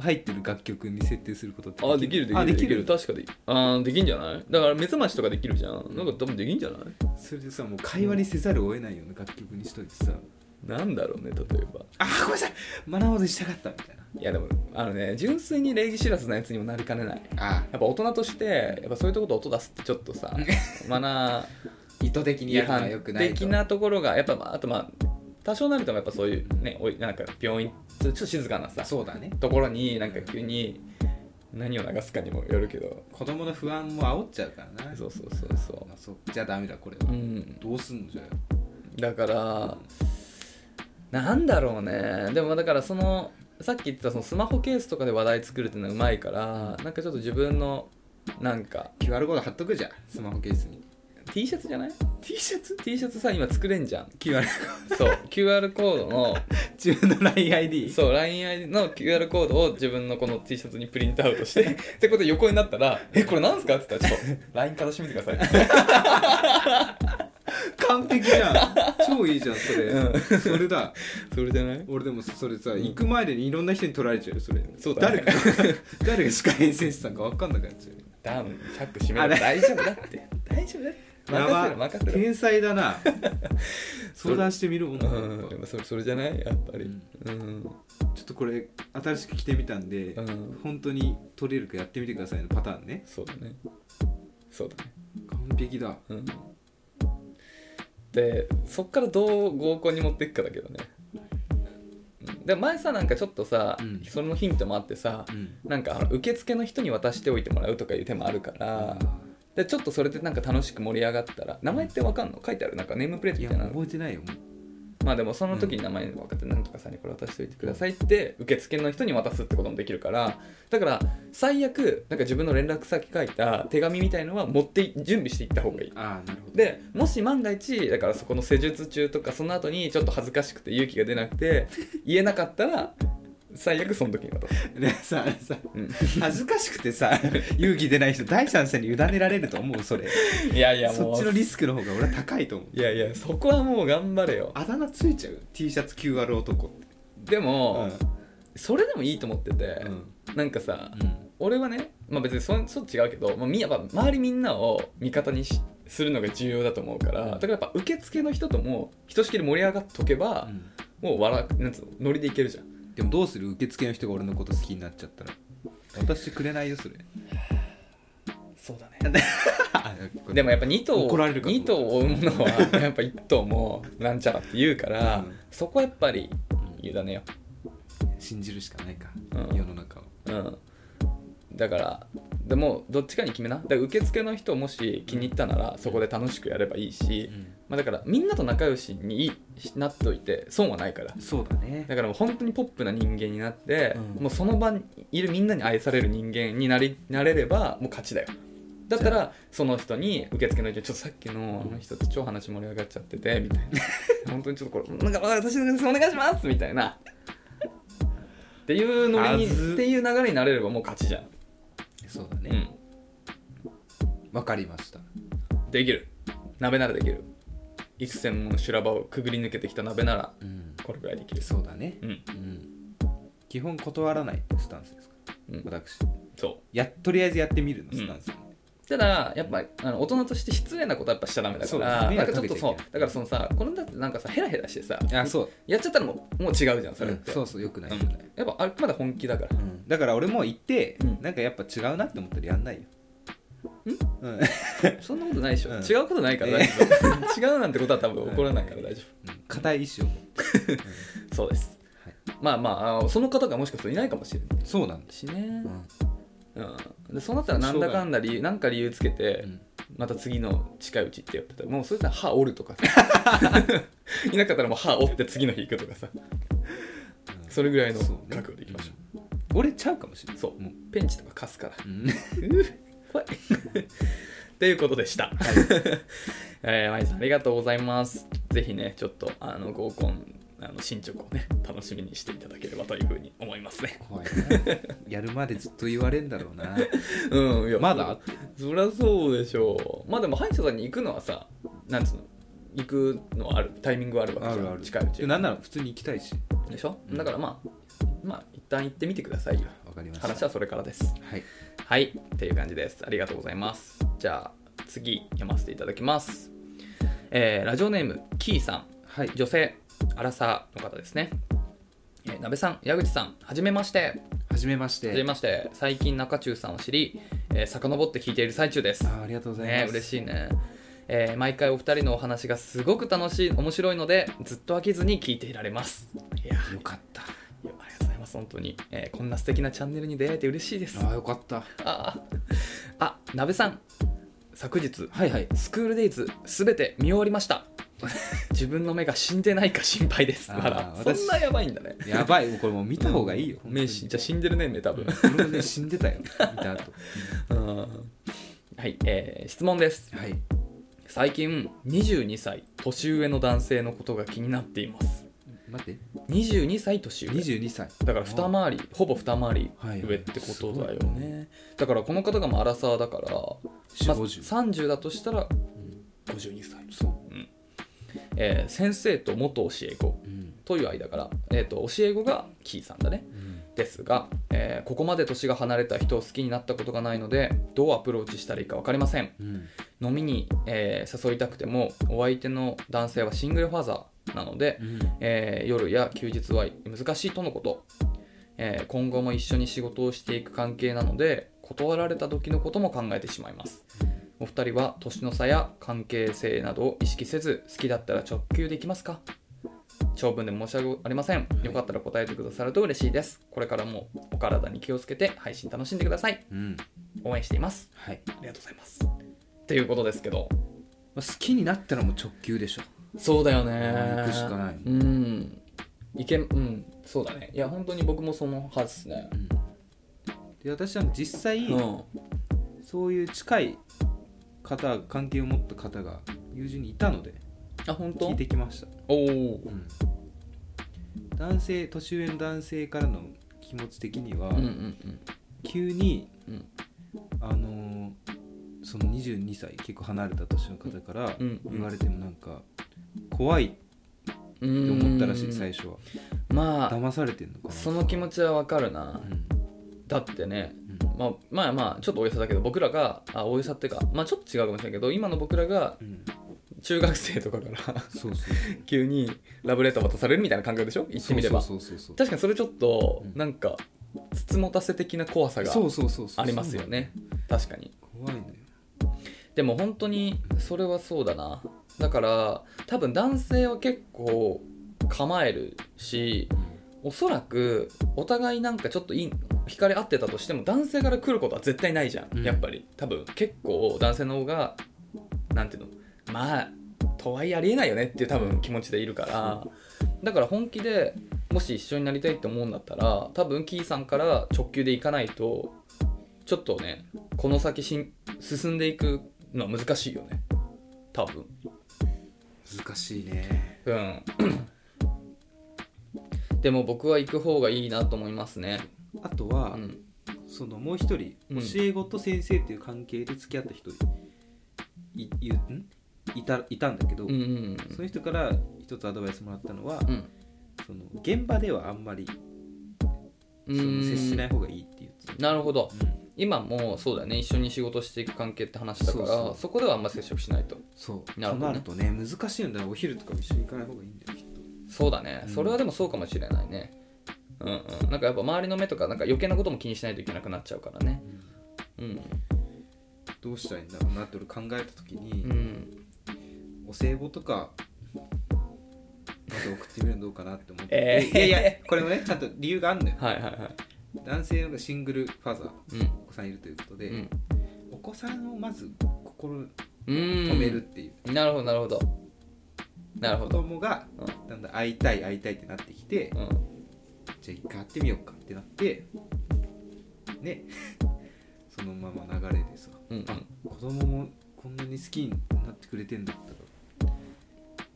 Speaker 1: 入ってる楽曲に設定することって
Speaker 2: あできるできる
Speaker 1: あできる
Speaker 2: 確かできるあーできんじゃないだから目覚ましとかできるじゃんなんか多分できんじゃない
Speaker 1: それでさもう会話にせざるを得ないような楽曲にしといてさ
Speaker 2: なんだろうね例えば
Speaker 1: あーごめんなさいマナーモードしたかったみたいない
Speaker 2: やでもあのね純粋に礼儀知らずなやつにもなりかねない
Speaker 1: あ
Speaker 2: やっぱ大人としてやっぱそういうとこと音出すってちょっ とさマナー
Speaker 1: 意図的に
Speaker 2: 違
Speaker 1: やるのは
Speaker 2: 反
Speaker 1: よくないと
Speaker 2: 的なところがやっぱ、まあ、あとまあ多少なりともやっぱそういうねおいなんか病院ちょっと静かなさ
Speaker 1: そうだね
Speaker 2: ところになんか急に何を流すかにもよるけど
Speaker 1: 子供の不安も煽っちゃうからな
Speaker 2: そうそうそうそ
Speaker 1: あそうじゃあダメだこれ
Speaker 2: うう
Speaker 1: は、
Speaker 2: ん
Speaker 1: どうすんのじゃあ
Speaker 2: だからなんだろうねでもだからそのさっき言ってたそのスマホケースとかで話題作るっていうのはうまいからなんかちょっと自分のなんか
Speaker 1: QR コード貼っとくじゃんスマホケースに
Speaker 2: T シャツじゃない
Speaker 1: T シャツ
Speaker 2: T シャツさ今作れんじゃん
Speaker 1: QR
Speaker 2: そう QR コードの
Speaker 1: 自分の LINEID
Speaker 2: そう LINE の QR コードを自分のこの T シャツにプリントアウトしてってことで横になったら「えこれなんですか?」って言ったら「ちょっと LINE からしてみてください」
Speaker 1: 完璧 じゃん超いいじゃんそれ、
Speaker 2: うん
Speaker 1: それだ
Speaker 2: それじゃない
Speaker 1: 俺でもそれさ、
Speaker 2: ん
Speaker 1: 行く前でにいろんな人に取られちゃうよそれ
Speaker 2: そうだね
Speaker 1: 誰か 誰が歯科衛生士さんか分かんなくなっちゃうよ
Speaker 2: ダウンチャック閉め
Speaker 1: あ
Speaker 2: ろ
Speaker 1: れ
Speaker 2: 大丈夫だって 大丈夫だって任せろ
Speaker 1: やば
Speaker 2: 任せろ
Speaker 1: 天才だな
Speaker 2: それ
Speaker 1: 相談してみるもんな
Speaker 2: うん、でもそれそれじゃないやっぱりうん、
Speaker 1: ちょっとこれ新しく着てみたんで、
Speaker 2: うん
Speaker 1: 本当に取れるかやってみてくださいのパターンね
Speaker 2: そうだねそうだね
Speaker 1: 完璧だ
Speaker 2: うんでそっからどう合コンに持っていくかだけどねうんでも前さなんかちょっとさ、
Speaker 1: うん
Speaker 2: そのヒントもあってさ、
Speaker 1: うん
Speaker 2: なんかあの受付の人に渡しておいてもらうとかいう手もあるから、でちょっとそれでなんか楽しく盛り上がったら名前ってわかんの書いてあるなんかネームプレート
Speaker 1: い
Speaker 2: み
Speaker 1: や
Speaker 2: たいなの
Speaker 1: 覚えてないよもう
Speaker 2: まあでもその時に名前分かってなんとかさんにこれ渡しておいてくださいって受付の人に渡すってこともできるからだから最悪なんか自分の連絡先書いた手紙みたいのは持ってい準備していった方がいい
Speaker 1: ああなるほど
Speaker 2: でもし万が一だからそこの施術中とかその後にちょっと恥ずかしくて勇気が出なく て言えなかったら最悪その時に渡す、
Speaker 1: でさあれさ
Speaker 2: うん
Speaker 1: 恥ずかしくてさ勇気出ない人第三者に委ねられると思うそれ
Speaker 2: いやいや
Speaker 1: そ
Speaker 2: も
Speaker 1: っちの
Speaker 2: う
Speaker 1: リスクの方が俺は高いと思う
Speaker 2: いやいやそこはもう頑張れよ
Speaker 1: あだ名ついちゃう T シャツ QR 男って
Speaker 2: でも、
Speaker 1: う
Speaker 2: それでもいいと思ってて、
Speaker 1: ん
Speaker 2: なんかさ、俺はね、まあ、別にそそっち違うけど、まあ、みやっぱ周りみんなを味方にしするのが重要だと思うからだからやっぱ受付の人ともひとしきり盛り上がっとけば、もう笑なんつうのノリでいけるじゃん
Speaker 1: でもどうする受付の人が俺のこと好きになっちゃったら渡してくれないよそれ
Speaker 2: そうだね で
Speaker 1: でも
Speaker 2: もやっぱ2頭
Speaker 1: 怒られるかと思う
Speaker 2: 2頭を追うものは やっぱ1頭もなんちゃらって言うから、
Speaker 1: うん
Speaker 2: そこはやっぱり委ねよ
Speaker 1: 信じるしかないか、
Speaker 2: うん
Speaker 1: 世の中を
Speaker 2: うんだからでもどっちかに決めなだから受付の人をもし気に入ったならそこで楽しくやればいいし、まあ、だからみんなと仲良しになっておいて損はないから
Speaker 1: そうだね
Speaker 2: だからもう本当にポップな人間になって、
Speaker 1: うん
Speaker 2: もうその場にいるみんなに愛される人間になりなれればもう勝ちだよだったらその人に受付の人にちょっとさっきのあの人と超話盛り上がっちゃっててみたい な本当にちょっとこれなんか私のお願いしますみたいなっていうのに
Speaker 1: あず
Speaker 2: っていう流れになれればもう勝ちじゃん、
Speaker 1: そうだ
Speaker 2: う
Speaker 1: ね
Speaker 2: ん、
Speaker 1: わ、かりました
Speaker 2: できる鍋ならできる幾千もの修羅場をくぐり抜けてきた鍋なら
Speaker 1: うん
Speaker 2: これぐらいできる
Speaker 1: そうだね
Speaker 2: うん
Speaker 1: うん基本断らないスタンスですか、
Speaker 2: うん
Speaker 1: 私
Speaker 2: そう
Speaker 1: やとりあえずやってみるのスタンス、
Speaker 2: ただやっぱあの大人として失礼なことはやっぱしちゃダメだ
Speaker 1: そ
Speaker 2: か
Speaker 1: う
Speaker 2: ら
Speaker 1: 迷
Speaker 2: なん
Speaker 1: 惑
Speaker 2: かち
Speaker 1: か
Speaker 2: ょっ
Speaker 1: けちゃ
Speaker 2: と
Speaker 1: いけ
Speaker 2: そ
Speaker 1: ないう
Speaker 2: だからそのさこのだってなんかさヘラヘラしてさ
Speaker 1: あそう
Speaker 2: やっちゃったらもうもう違うじゃんそれって、
Speaker 1: そうそうよくない、
Speaker 2: うん
Speaker 1: よくない
Speaker 2: やっぱあくまで本気だから
Speaker 1: うんだから俺も行って、
Speaker 2: うん
Speaker 1: なんかやっぱ違うなって思ったらやんないようん、うん、
Speaker 2: そんなことないでしょ、
Speaker 1: うん
Speaker 2: 違うことないから大丈夫、違うなんてことは多分起こらないから大丈
Speaker 1: 固い意志を持って
Speaker 2: 夫、そうです、
Speaker 1: はい
Speaker 2: まあまああのその方がもしかするといないかもしれない
Speaker 1: そうなんです、
Speaker 2: しね
Speaker 1: う、ん
Speaker 2: うん、でそうなったらなんだかんだりなんか理由つけて、また次の近いうちってやってたらもうそれたら歯折る とかさいなかったらもう歯折って次の日行くとかさそれぐらいの
Speaker 1: そうね
Speaker 2: 覚悟でいきまし
Speaker 1: う
Speaker 2: ょ
Speaker 1: ん俺ちゃうかもしれ
Speaker 2: う
Speaker 1: ない
Speaker 2: そう
Speaker 1: もう
Speaker 2: ペンチとか貸すから
Speaker 1: うん
Speaker 2: 怖いっていうことでした、 えー、マイさんありがとうございますぜひねちょっとあの合コンあの進捗をね楽しみにしていただければというふうに思いますね
Speaker 1: 怖いなやるまでずっと言われんだろうな
Speaker 2: うんいや
Speaker 1: まだ
Speaker 2: そりゃそうでしょうまあでも歯医者さんに行くのはさなんつうの行くのはあるタイミングはあるわけじゃん近いうち
Speaker 1: でなんなら普通に行きたいし
Speaker 2: でしょ、
Speaker 1: うん
Speaker 2: だからまあまあ一旦行ってみてくださいよ
Speaker 1: わかりました
Speaker 2: 話はそれからです
Speaker 1: はい
Speaker 2: はいっていう感じですありがとうございますじゃあ次読ませていただきますえーラジオネームキーさん
Speaker 1: はい
Speaker 2: 女性アラサーの方ですねえー、鍋さん矢口さんはじめまして
Speaker 1: はじめまして
Speaker 2: はじめまして最近中中さんを知り、えー、遡って聞いている最中です
Speaker 1: あーありがとうござい
Speaker 2: ね
Speaker 1: ます
Speaker 2: 嬉しいね、えー毎回お二人のお話がすごく楽しい面白いのでずっと飽きずに聞いていられますいや
Speaker 1: よかった
Speaker 2: いやありがとうございます本当に、えーこんな素敵なチャンネルに出会えて嬉しいです
Speaker 1: あーよかった
Speaker 2: あーあ鍋さん昨日
Speaker 1: はいはい
Speaker 2: スクールデイズすべて見終わりました 自分の目が死んでないか心配です
Speaker 1: あー
Speaker 2: あら
Speaker 1: 私
Speaker 2: そんなやばいんだね
Speaker 1: やばいもうこれもう見た方がいいよ
Speaker 2: 目死んじゃあ死んでるね目多分
Speaker 1: 俺もね死んでたよ見た後
Speaker 2: うんはい、えー質問です
Speaker 1: はい
Speaker 2: 最近22歳年上の男性のことが気になっています
Speaker 1: 待って
Speaker 2: 22歳年上
Speaker 1: 22歳
Speaker 2: だから二回りほぼ二回り
Speaker 1: はい
Speaker 2: 上ってことだよ
Speaker 1: すごい
Speaker 2: ねだからこの方がまあアラサーだから、まあ、
Speaker 1: 4050
Speaker 2: 30だとしたら
Speaker 1: 52歳そ
Speaker 2: えー先生と元教え子
Speaker 1: ううん
Speaker 2: という間から、えー、と教え子がキーさんだねですが、えーここまで年が離れた人を好きになったことがないのでどうアプローチしたらいいか分かりません
Speaker 1: うん
Speaker 2: 飲みに、えー誘いたくてもお相手の男性はシングルファザーなので、えー夜や休日は難しいとのこと、えー今後も一緒に仕事をしていく関係なので断られた時のことも考えてしまいますお二人は年の差や関係性などを意識せず好きだったら直球でいきますか長文で申し訳ありませんよかったら答えてくださると嬉しいですこれからもお体に気をつけて配信楽しんでください
Speaker 1: うん
Speaker 2: 応援しています
Speaker 1: はい
Speaker 2: ありがとうございますっていうことですけど
Speaker 1: まあ好きになったらもう直球でしょ
Speaker 2: そうだよね
Speaker 1: 行くしかない
Speaker 2: うんいけうんそうだねいや本当に僕もその派ですね
Speaker 1: うんで私は実際
Speaker 2: うん
Speaker 1: そういう近い方関係を持った方が友人にいたので
Speaker 2: あ本当
Speaker 1: 聞いてきました
Speaker 2: おお
Speaker 1: 男性年上の男性からの気持ち的には、
Speaker 2: うんうん
Speaker 1: 急に、
Speaker 2: うん
Speaker 1: あのーその22歳結構離れた年の方から
Speaker 2: うんうん
Speaker 1: 言われてもなんか怖いって
Speaker 2: うんうん
Speaker 1: 思ったらしい最初は
Speaker 2: まあ
Speaker 1: 騙されてんのかな
Speaker 2: その気持ちはわかる
Speaker 1: う
Speaker 2: なんだってね
Speaker 1: うん
Speaker 2: まあ、まあまあちょっと大げさだけど僕らがあ大げさっていうかまあちょっと違うかもしれないけど今の僕らが
Speaker 1: うん
Speaker 2: 中学生とかから
Speaker 1: そうそう
Speaker 2: 急にラブレター渡されるみたいな感覚でしょ言ってみれば
Speaker 1: そうそうそうそう
Speaker 2: 確かにそれちょっと
Speaker 1: うん
Speaker 2: なんかつつもたせ的な怖さが
Speaker 1: そうそうそうそう
Speaker 2: ありますよね確かに
Speaker 1: 怖いのよ
Speaker 2: でも本当にそれはそうだなだから多分男性は結構構えるしおそらくお互いなんかちょっといい惹かれ合ってたとしても男性から来ることは絶対ないじゃん、
Speaker 1: うん
Speaker 2: やっぱり多分結構男性の方がなんていうのまあとはいえありえないよねっていう多分気持ちでいるからだから本気でもし一緒になりたいって思うんだったら多分キーさんから直球でいかないとちょっとねこの先しん進んでいくのは難しいよね多分
Speaker 1: 難しいね
Speaker 2: うん でも僕は行く方がいいなと思いますね
Speaker 1: あとは、
Speaker 2: うん
Speaker 1: そのもう一人
Speaker 2: うん
Speaker 1: 教え子と先生っていう関係で付き合った人いいんいたいたんだけど、
Speaker 2: うんうん
Speaker 1: その人から一つアドバイスもらったのは、
Speaker 2: うん
Speaker 1: その現場ではあんまり
Speaker 2: う
Speaker 1: その接しない
Speaker 2: ん
Speaker 1: 方がいいっていう、
Speaker 2: なるほど
Speaker 1: うん
Speaker 2: 今もそうだね一緒に仕事していく関係って話だから
Speaker 1: そ
Speaker 2: そう
Speaker 1: そう
Speaker 2: こではあんま接触しないと
Speaker 1: そう
Speaker 2: な
Speaker 1: と
Speaker 2: るほど
Speaker 1: な
Speaker 2: ね
Speaker 1: るとね難しいんだよお昼とかも一緒に行かない方がいいんだよきっと
Speaker 2: そうだね、
Speaker 1: うん
Speaker 2: それはでもそうかもしれないねうんうんなんかやっぱ周りの目とかなんか余計なことも気にしないといけなくなっちゃうからねうん
Speaker 1: どうしたらいいんだろうなって俺考えた時に、
Speaker 2: うん、
Speaker 1: お歳暮とかまた送ってみるのどうかなって思って
Speaker 2: えー
Speaker 1: いやいやこれもねちゃんと理由があるんだよ
Speaker 2: はいはいはい
Speaker 1: 男性のシングルファザー
Speaker 2: うん
Speaker 1: お子さんいるということで、
Speaker 2: うん
Speaker 1: お子さんをまず心
Speaker 2: うーん
Speaker 1: 止めるっていう、
Speaker 2: なるほどなるほどなるほ
Speaker 1: 子
Speaker 2: ど
Speaker 1: 供がだんだん会いたい会いたいってなってきて、
Speaker 2: うん
Speaker 1: じゃあ一回会ってみようかってなってね そのまま流れでさ、
Speaker 2: うんうん
Speaker 1: あ子供もこんなに好きになってくれてんだったら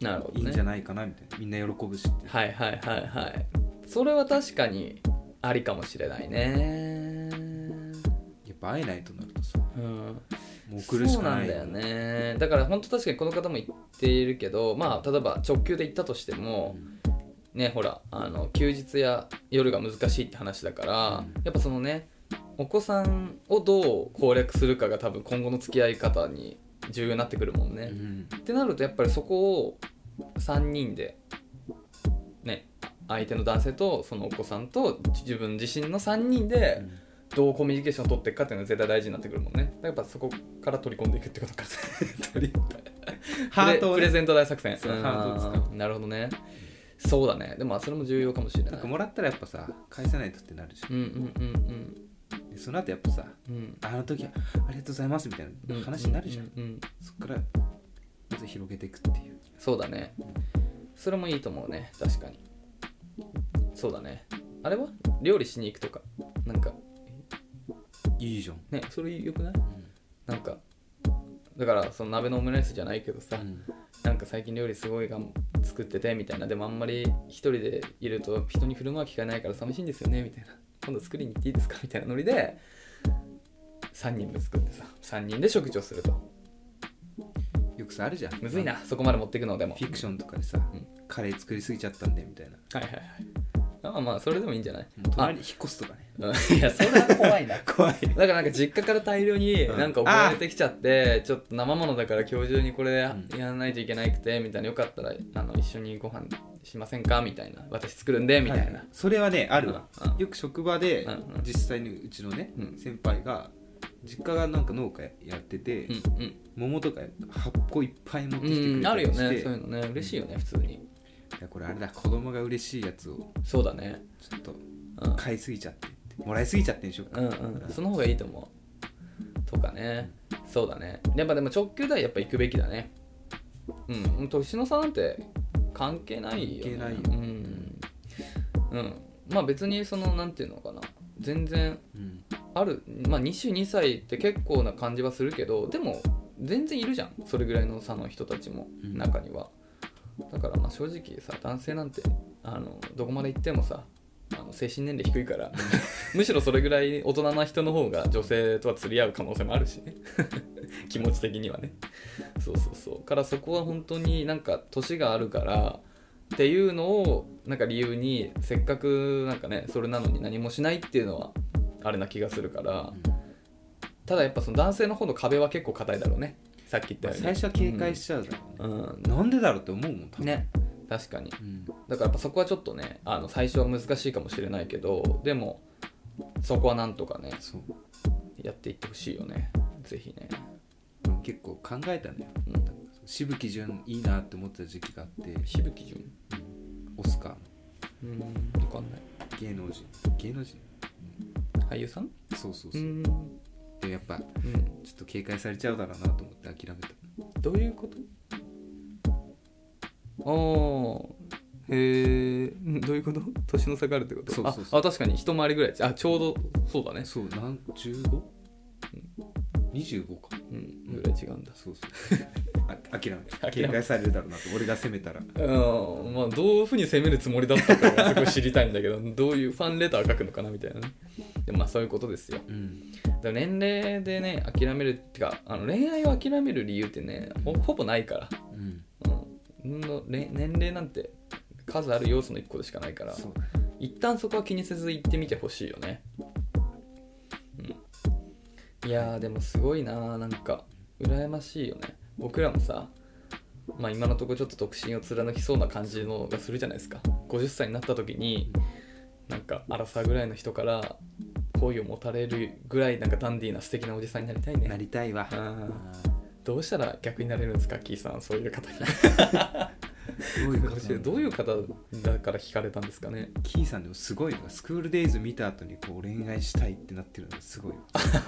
Speaker 2: なるほどね
Speaker 1: いいんじゃないかなみたいなみんな喜ぶしって
Speaker 2: はいはいはいはいそれは確かにありかもしれないね
Speaker 1: やっぱ会えないとなるとさ
Speaker 2: うん
Speaker 1: もう送るしかない
Speaker 2: そうなんだよねだから本当確かにこの方も言っているけどまあ例えば直球で行ったとしても、ねほらあの休日や夜が難しいって話だから、
Speaker 1: うん
Speaker 2: やっぱそのねお子さんをどう攻略するかが多分今後の付き合い方に重要になってくるもんね、
Speaker 1: うん
Speaker 2: ってなるとやっぱりそこを3人でね相手の男性とそのお子さんと自分自身の3人で
Speaker 1: うん
Speaker 2: どうコミュニケーションを取っていくかっていうのが絶対大事になってくるもんねだからやっぱそこから取り込んでいくってこと か
Speaker 1: 取りハートを
Speaker 2: プ
Speaker 1: ね
Speaker 2: レゼント大作戦
Speaker 1: そうハートを使
Speaker 2: うんなるほどねそうだねでもまあそれも重要かもしれない
Speaker 1: なんかもらったらやっぱさ返さないとってなるじゃ
Speaker 2: うんうんうん
Speaker 1: んでその後やっぱさ
Speaker 2: うんうん
Speaker 1: あの時はありがとうございますみたいな話になるじゃん、
Speaker 2: うううん
Speaker 1: そっからまず広げていくっていう
Speaker 2: そうだねそれもいいと思うね確かにそうだねあれは料理しに行くとかなんか
Speaker 1: いいじゃん、
Speaker 2: ねそれよくないなんかだからその鍋のオムライスじゃないけどさ、なんか最近料理すごいがん作っててみたいなでもあんまり一人でいると人に振る舞う機会ないから寂しいんですよねみたいな今度作りに行っていいですかみたいなノリで3人で作ってさ3人で食事をすると
Speaker 1: よくさあるじゃん
Speaker 2: むずいなそこまで持っていくのでも
Speaker 1: フィクションとかでさ、
Speaker 2: うん
Speaker 1: カレー作りすぎちゃったんでみたいな
Speaker 2: はいはいはいまあまあそれでもいいんじゃない
Speaker 1: もう隣に引っ越すとかね
Speaker 2: あうんいやそれは 怖いな
Speaker 1: 怖い
Speaker 2: だからなんか実家から大量に
Speaker 1: うん
Speaker 2: なんか送られてきちゃって、ちょっと生ものだから今日中にこれや
Speaker 1: うん
Speaker 2: らないといけなくてみたいなよかったらあの一緒にご飯しませんかみたいな私作るんでみたいな、
Speaker 1: はそれはねあるわ、
Speaker 2: うんうん
Speaker 1: よく職場で、
Speaker 2: うんうん
Speaker 1: 実際にうちのね、
Speaker 2: うん
Speaker 1: 先輩が実家がなんか農家やってて、
Speaker 2: うんうん
Speaker 1: 桃とか8個いっぱい持ってきて
Speaker 2: う
Speaker 1: くれ
Speaker 2: ん、あ
Speaker 1: た
Speaker 2: る
Speaker 1: り
Speaker 2: よ
Speaker 1: し
Speaker 2: ね
Speaker 1: て、
Speaker 2: そういうのね嬉しいよね普通に
Speaker 1: いやこれあれだ子供が嬉しいやつを
Speaker 2: そうだね、
Speaker 1: ちょっと
Speaker 2: うん、
Speaker 1: 買いすぎちゃってってもらいすぎちゃってんでしょ
Speaker 2: うんうんその方がいいと思うとかねそうだねやっぱでも直球台やっぱ行くべきだねうん年の差なんて関係ないよ、ね、
Speaker 1: 関係ないよ
Speaker 2: うん、うん、まあ別にそのなんていうのかな全然
Speaker 1: うん
Speaker 2: あるまあ22歳って結構な感じはするけどでも全然いるじゃんそれぐらいの差の人たちも
Speaker 1: うん
Speaker 2: 中には、だからまあ正直さ男性なんてあのどこまで行ってもさあの精神年齢低いから むしろそれぐらい大人な人の方が女性とは釣り合う可能性もあるしね気持ち的にはねそうそうそうからそこは本当になんか年があるからっていうのをなんか理由にせっかくなんかねそれなのに何もしないっていうのはあれな気がするからただやっぱその男性の方の壁は結構硬いだろうねさっき言った
Speaker 1: まあ
Speaker 2: よう
Speaker 1: 最
Speaker 2: に
Speaker 1: 初は警戒しちゃうだろうね、
Speaker 2: うん、うん
Speaker 1: なんでだろうって思うもん多分、
Speaker 2: ね確かに
Speaker 1: うん
Speaker 2: だからやっぱそこはちょっとねあの最初は難しいかもしれないけどでもそこはなんとかね
Speaker 1: そう
Speaker 2: やっていってほしいよねぜひね
Speaker 1: 俺も結構考えたのよ
Speaker 2: うん
Speaker 1: しぶきじゅんいいなって思ってた時期があって
Speaker 2: しぶき順
Speaker 1: オスカーの
Speaker 2: うん分かんない
Speaker 1: 芸能人芸能人
Speaker 2: 俳優さん
Speaker 1: そうそう
Speaker 2: う
Speaker 1: そう、
Speaker 2: ん、
Speaker 1: でやっぱちょ
Speaker 2: うん、
Speaker 1: っと警戒されちゃうだろうなと思って諦めた
Speaker 2: どういうことあーへえどういうこと年の差があるってこと
Speaker 1: そうそうそう
Speaker 2: ああ確かに一回りぐらいあちょうどそうだね
Speaker 1: そうなん 15?25 か
Speaker 2: うんぐらい違うんだ
Speaker 1: そうそう あ諦めた警戒されるだろうなと俺が攻めたら
Speaker 2: うんまあどういうふうに攻めるつもりだったかがすごい知りたいんだけど どういうファンレター書くのかなみたいなねでもまあそういうことですよ
Speaker 1: うん
Speaker 2: でも年齢でね諦めるってかあの恋愛を諦める理由ってねほほぼないから、
Speaker 1: うん
Speaker 2: うん、のれ年齢なんて数ある要素の一個でしかないから
Speaker 1: そう
Speaker 2: 一旦そこは気にせず行ってみてほしいよね、うん、いやーでもすごいなーなんか羨ましいよね僕らもさまあ今のところちょっと独身を貫きそうな感じのがするじゃないですか50歳になった時になんか荒さぐらいの人から好意を持たれるぐらいなんかダンディーな素敵なおじさんになりたいね
Speaker 1: なりたいわ
Speaker 2: うん
Speaker 1: あ
Speaker 2: どうしたら逆になれるんですかキーさんそういう方に
Speaker 1: ーどういうことなんだろ
Speaker 2: どういう方だから惹かれたんですかね
Speaker 1: キーさんでもすごいのがスクールデイズ見た後にこう恋愛したいってなってるのがすごいわ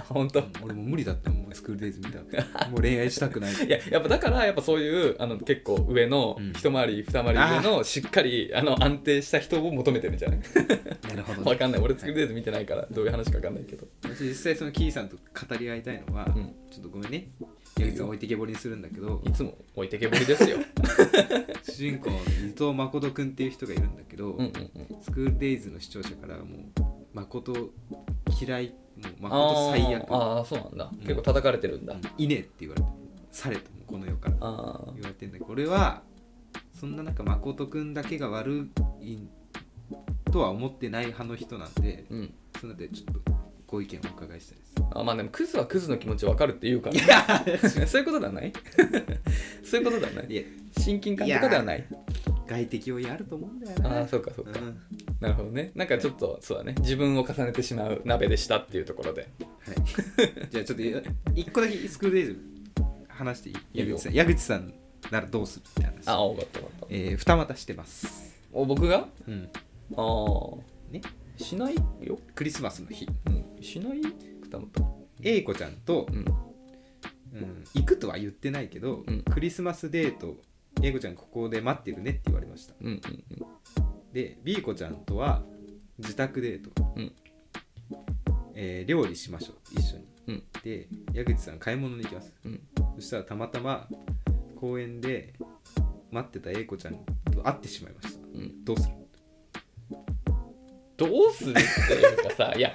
Speaker 2: 本当
Speaker 1: 俺もう無理だったもんスクールデイズ見た 後もう恋愛したくない
Speaker 2: いややっぱだからやっぱそういうあの結構上の、
Speaker 1: うん
Speaker 2: 一回り二回り上のしっかりあの安定した人を求めてるんじゃ ない
Speaker 1: なるほど、
Speaker 2: わ
Speaker 1: ね、
Speaker 2: かんない俺作るデート見てないからどういう話かわかんないけど
Speaker 1: 私実際そのキーさんと語り合いたいのは、
Speaker 2: うん
Speaker 1: ちょっとごめんねいやいつも置いてけぼりにするんだけど
Speaker 2: いつも置いてけぼりです よ
Speaker 1: 主人公の伊藤誠君っていう人がいるんだけど、
Speaker 2: うんうんうん
Speaker 1: スクールデイズの視聴者からもう誠嫌いもう誠最悪
Speaker 2: あーあーそうなんだ、
Speaker 1: ん
Speaker 2: 結構叩かれてるんだ、
Speaker 1: いねえって言われてされともうこの世から
Speaker 2: ああ
Speaker 1: 言われてんだけど俺はそんな中誠君だけが悪いとは思ってない派の人なんで
Speaker 2: うん
Speaker 1: そのでちょっとご意見をお伺いしたいで
Speaker 2: あまあでもクズはクズの気持ちわかるって言うから
Speaker 1: す
Speaker 2: そういうことではない そういうことではない
Speaker 1: いや
Speaker 2: 親近感とかではない
Speaker 1: 外敵をやると思うんだよ
Speaker 2: あ
Speaker 1: な
Speaker 2: あーそうかそうか、
Speaker 1: うん
Speaker 2: なるほどねなんかちょっとそうだね自分を重ねてしまう鍋でしたっていうところで
Speaker 1: はい、じゃあちょっとや一個だけスクールデイズ話していい
Speaker 2: いい
Speaker 1: 矢
Speaker 2: よ
Speaker 1: 口さん矢口さんならどうするって話
Speaker 2: ああ分かった分かった
Speaker 1: えー、二股してます、
Speaker 2: お僕が
Speaker 1: うん
Speaker 2: ああ
Speaker 1: ね、
Speaker 2: しないよ、
Speaker 1: クリスマスの日
Speaker 2: うん、しないくたもた
Speaker 1: A 子ちゃんと
Speaker 2: う、ん
Speaker 1: うん行くとは言ってないけど、
Speaker 2: うん
Speaker 1: クリスマスデート A 子ちゃんここで待ってるねって言われました
Speaker 2: うん
Speaker 1: で B 子ちゃんとは自宅デート、
Speaker 2: うん
Speaker 1: えー料理しましょう一緒に
Speaker 2: うんうん
Speaker 1: で矢口さん買い物に行きます
Speaker 2: うん
Speaker 1: そしたらたまたま公園で待ってた A 子ちゃんと会ってしまいました
Speaker 2: うん
Speaker 1: どうする
Speaker 2: どうするっていうかさいや
Speaker 1: い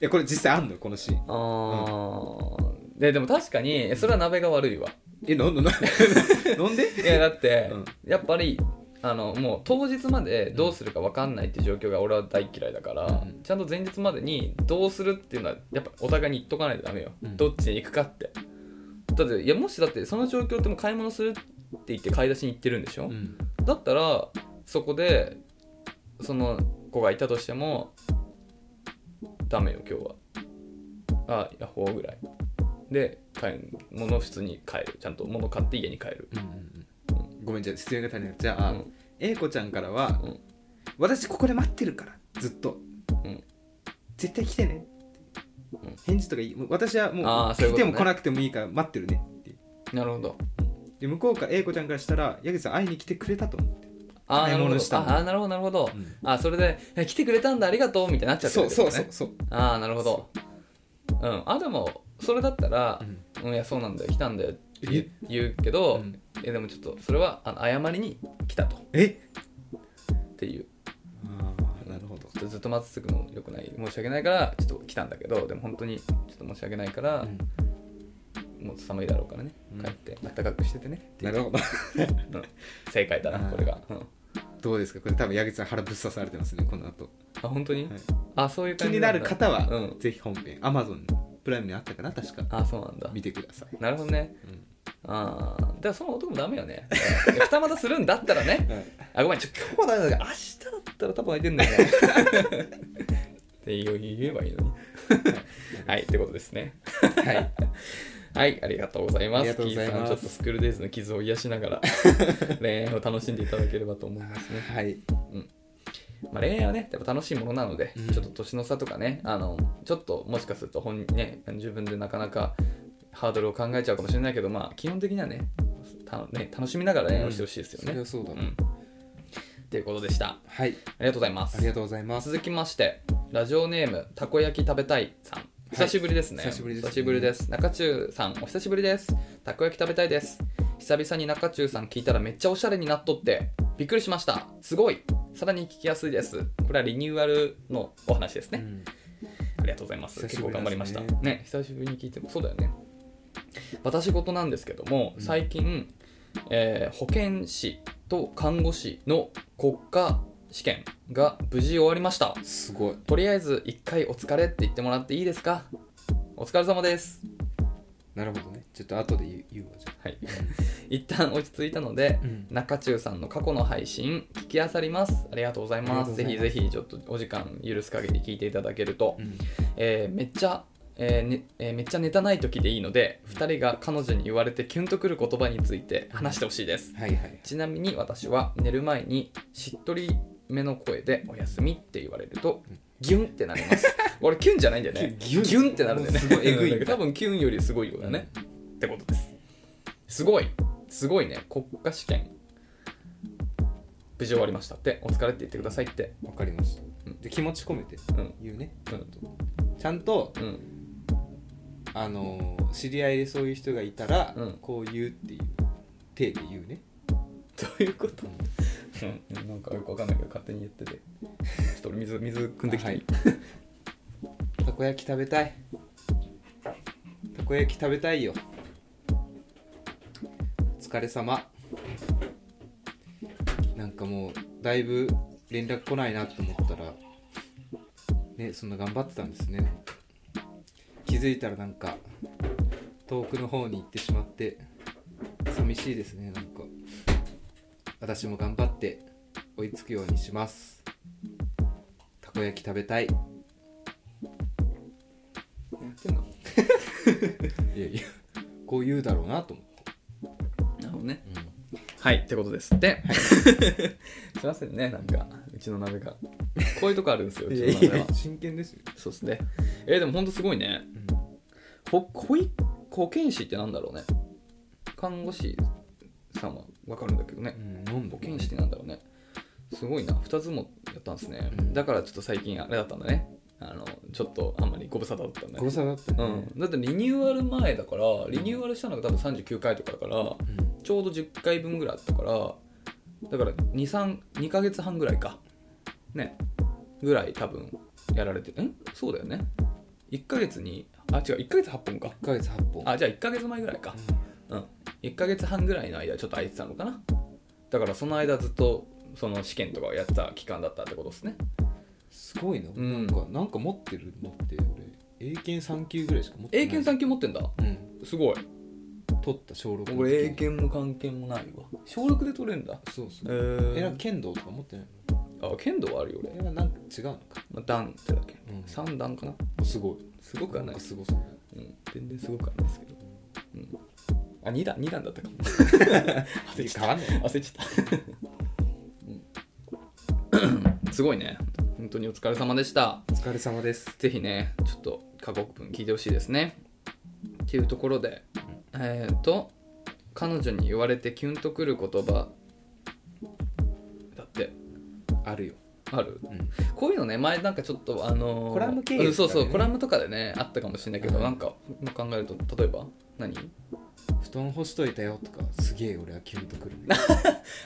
Speaker 1: やこれ実際あんのこのシーン
Speaker 2: あーででも確かにそれは鍋が悪いわ
Speaker 1: えなん なななんで
Speaker 2: いやだって、
Speaker 1: うん
Speaker 2: やっぱりあのもう当日までどうするか分かんないって状況が俺は大嫌いだから、
Speaker 1: うん
Speaker 2: ちゃんと前日までにどうするっていうのはやっぱお互いに言っとかないとダメよ、
Speaker 1: うん
Speaker 2: どっちに行くかってだっていやもしだってその状況ってもう買い物するって言って買い出しに行ってるんでしょ、
Speaker 1: ん
Speaker 2: だったらそこでその子がいたとしてもダメよ今日はあヤッホーぐらいで買い物普通に帰るちゃんと物買って家に帰る
Speaker 1: うんうんうんごめんじゃあ出演が足りないじゃあ、
Speaker 2: うん
Speaker 1: A 子ちゃんからは、
Speaker 2: うん
Speaker 1: 私ここで待ってるからずっと、
Speaker 2: うん
Speaker 1: 絶対来てね、
Speaker 2: ん
Speaker 1: 返事とかいいもう私はもう
Speaker 2: あーそういう
Speaker 1: 来
Speaker 2: こ
Speaker 1: て
Speaker 2: と
Speaker 1: も
Speaker 2: ね
Speaker 1: 来なくてもいいから待ってるねっていう
Speaker 2: なるほど
Speaker 1: で向こうから A 子ちゃんからしたら矢口さん会いに来てくれたと思って
Speaker 2: あー
Speaker 1: 買い
Speaker 2: なるほ
Speaker 1: 物
Speaker 2: ど
Speaker 1: したの
Speaker 2: あーなるほどなるほど、
Speaker 1: うん
Speaker 2: あーそれでえ「来てくれたんだありがとう」みたいになっちゃって
Speaker 1: そう
Speaker 2: るってこ
Speaker 1: そ
Speaker 2: と
Speaker 1: うそうそう、
Speaker 2: ああなるほどうんあでもそれだったら
Speaker 1: うん
Speaker 2: 「うん、いやそうなんだよ来たんだよ」って言うけど、
Speaker 1: うん
Speaker 2: いやでもちょっとそれはあの謝りに来たと
Speaker 1: え
Speaker 2: っていう
Speaker 1: ああなるほど
Speaker 2: ちょっとずっと待つのも良くない申し訳ないからちょっと来たんだけどでも本当にちょっと申し訳ないから、もう寒いだろうからね
Speaker 1: うん
Speaker 2: 帰って暖かくしててね、
Speaker 1: なるほど
Speaker 2: うん、正解だ
Speaker 1: あ
Speaker 2: な
Speaker 1: ー
Speaker 2: これが、うん、
Speaker 1: どうですかこれ多分矢口さん腹ぶっ刺されてますねこの後、
Speaker 2: あ本当に、
Speaker 1: はい
Speaker 2: あそういう
Speaker 1: 気
Speaker 2: 感じ
Speaker 1: になる方は、
Speaker 2: うん
Speaker 1: ぜひ本編 Amazon プライムにあったかな確か
Speaker 2: あそうなんだ
Speaker 1: 見てください、
Speaker 2: なるほどね
Speaker 1: うん
Speaker 2: ああだからその男もダメよねうん二股するんだったらねあごめんちょ今日はダメだけど明日だったら多分空いてんだよねって言う言えばいいのにはいってことですね
Speaker 1: はい
Speaker 2: はい、ありがとうございま
Speaker 1: あり
Speaker 2: す。
Speaker 1: がとうございます
Speaker 2: キーさんちょっとスクールデイズの傷を癒し ながら恋愛を楽しんでいただければと思いますね。
Speaker 1: はい
Speaker 2: まあ、恋愛はね、やっぱ楽しいものなので、
Speaker 1: うん
Speaker 2: ちょっと年の差とかね、あのちょっともしかすると本、ね、自分でなかなかハードルを考えちゃうかもしれないけど、まあ、基本的にはね、たのね、楽しみながら恋愛をしてほしいですよ
Speaker 1: そ
Speaker 2: ね。
Speaker 1: りゃそうだ
Speaker 2: う
Speaker 1: な、
Speaker 2: んということでした。あ
Speaker 1: はい
Speaker 2: りがとうございます
Speaker 1: あり。がとうございます
Speaker 2: 続きましてラジオネームたこ焼き食べたいさん久しぶりですね、
Speaker 1: 久しぶりですね
Speaker 2: 久しぶりです中中さんお久しぶりですたこ焼き食べたいです久々に中中さん聞いたらめっちゃおしゃれになっとってびっくりしましたすごいさらに聞きやすいですこれはリニューアルのお話です
Speaker 1: う
Speaker 2: ね、
Speaker 1: ん
Speaker 2: ありがとうございます。
Speaker 1: 久し
Speaker 2: 結
Speaker 1: ぶ
Speaker 2: 構
Speaker 1: りですね
Speaker 2: 頑張りました。ね、久しぶりに聞いても、そうだよね。私事なんですけども、
Speaker 1: うん
Speaker 2: 最近、えー保健師と看護師の国家試験が無事終わりました。
Speaker 1: すごい
Speaker 2: とりあえず一回お疲れって言ってもらっていいですかお疲れ様です。
Speaker 1: なるほどねちょっと後で言う言うわじゃ
Speaker 2: はい。 一旦落ち着いたので、
Speaker 1: うん
Speaker 2: 中中さんの過去の配信聞きあさります。ありがとうございます。
Speaker 1: あ
Speaker 2: ぜ
Speaker 1: りがとう
Speaker 2: ひ
Speaker 1: ございま
Speaker 2: ぜ
Speaker 1: す
Speaker 2: ひちょっとお時間許す限り聞いていただけると
Speaker 1: あ、うん、
Speaker 2: えーめっちゃ、えーねえーめっちゃネタない時でいいので2人が彼女に言われてキュンとくる言葉について話してほしいです
Speaker 1: はいはい
Speaker 2: ちなみに私は寝る前にしっとりめの声で「おやすみ」って言われるとギュンってなります 俺キュンじゃないんだよね
Speaker 1: ギュン
Speaker 2: ギュンってなるんだよね
Speaker 1: すごいえぐいんだ
Speaker 2: 多分キュンよりすごいよだね、ってことですすごいすごいね国家試験無事終わりましたってお疲れって言ってくださいって
Speaker 1: わかりました、
Speaker 2: うん
Speaker 1: で気持ち込めて
Speaker 2: うん
Speaker 1: 言うね
Speaker 2: うん
Speaker 1: ちゃんと
Speaker 2: うん
Speaker 1: あのー知り合いでそういう人がいたら、
Speaker 2: うん
Speaker 1: こう言うっていう手で言うね
Speaker 2: どういうことうん、なんかよくわかんないけど勝手に言っててちょっと俺水水汲んできていい、
Speaker 1: たこ焼き食べたいたこ焼き食べたいよお疲れ様なんかもうだいぶ連絡来ないなと思ったらねそんな頑張ってたんですね気づいたらなんか遠くの方に行ってしまって寂しいですねなんか私も頑張って追いつくようにしますたこ焼き食べたい
Speaker 2: やってんの
Speaker 1: いやいやこう言うだろうなと思って、
Speaker 2: なるほどねはいってこと ですって、すいませんねなんかうちの鍋 がこういうとこあるんですようちの鍋は
Speaker 1: 真剣ですよ、
Speaker 2: そうですねえーでもほんとすごいねほ保育保健師ってなんだろうね看護師さんはわかるんだけどね
Speaker 1: うん、なんだ
Speaker 2: 保健師ってなんだろうねすごいな2つもやったんですね、
Speaker 1: うん
Speaker 2: だからちょっと最近あれだったんだねあのちょっとあんまりご無沙汰だったんだね
Speaker 1: ご無沙汰だったね
Speaker 2: うん、だってリニューアル前だからリニューアルしたのが多分39回とかだから
Speaker 1: うん
Speaker 2: ちょうど10回分ぐらいあったからだから232ヶ月半ぐらいかねぐらい多分やられてんそうだよね1ヶ月にあ違う1ヶ月8本か
Speaker 1: 1ヶ月8本
Speaker 2: あじゃあ1ヶ月前ぐらいかうん1ヶ月半ぐらいの間ちょっと空いてたのかなだからその間ずっとその試験とかをやってた期間だったってことですね
Speaker 1: すごいな,、
Speaker 2: ん
Speaker 1: なんかなんか持ってるのって俺英検3級ぐらいしか持ってな
Speaker 2: 英
Speaker 1: い
Speaker 2: 検3級持ってんだ
Speaker 1: うん
Speaker 2: すごい
Speaker 1: 取った小6の時
Speaker 2: 俺英検も関係もないわ小6で取れるんだ
Speaker 1: そうそう、えな
Speaker 2: え
Speaker 1: んか剣道とか持ってない
Speaker 2: あ剣道はあるよ
Speaker 1: の
Speaker 2: 俺、
Speaker 1: えななんか違うのか
Speaker 2: まあ、段ってだけ、
Speaker 1: うん
Speaker 2: 三段かな
Speaker 1: すごい
Speaker 2: すごくは
Speaker 1: な
Speaker 2: なんい
Speaker 1: か、すごそう
Speaker 2: うん、全然すごくはないですけど、うん、あ二段二段だったかも
Speaker 1: いや変わんない
Speaker 2: 焦っちゃった、うん、すごいね本当にお疲れ様でした
Speaker 1: お疲れ様です
Speaker 2: ぜひねちょっと過去文聞いてほしいですねっていうところでえっ、と彼女に言われてキュンとくる言葉だって
Speaker 1: あるよ、
Speaker 2: ある
Speaker 1: うん、
Speaker 2: こういうのね前なんかちょっとあのー
Speaker 1: コラム経由
Speaker 2: うんそうそ
Speaker 1: とかで
Speaker 2: う
Speaker 1: ね
Speaker 2: コラムとかでねあったかもしれないけど、
Speaker 1: うん
Speaker 2: なんか今考えると例えば何
Speaker 1: 布団干しといたよとかすげえ俺はキュンとく るね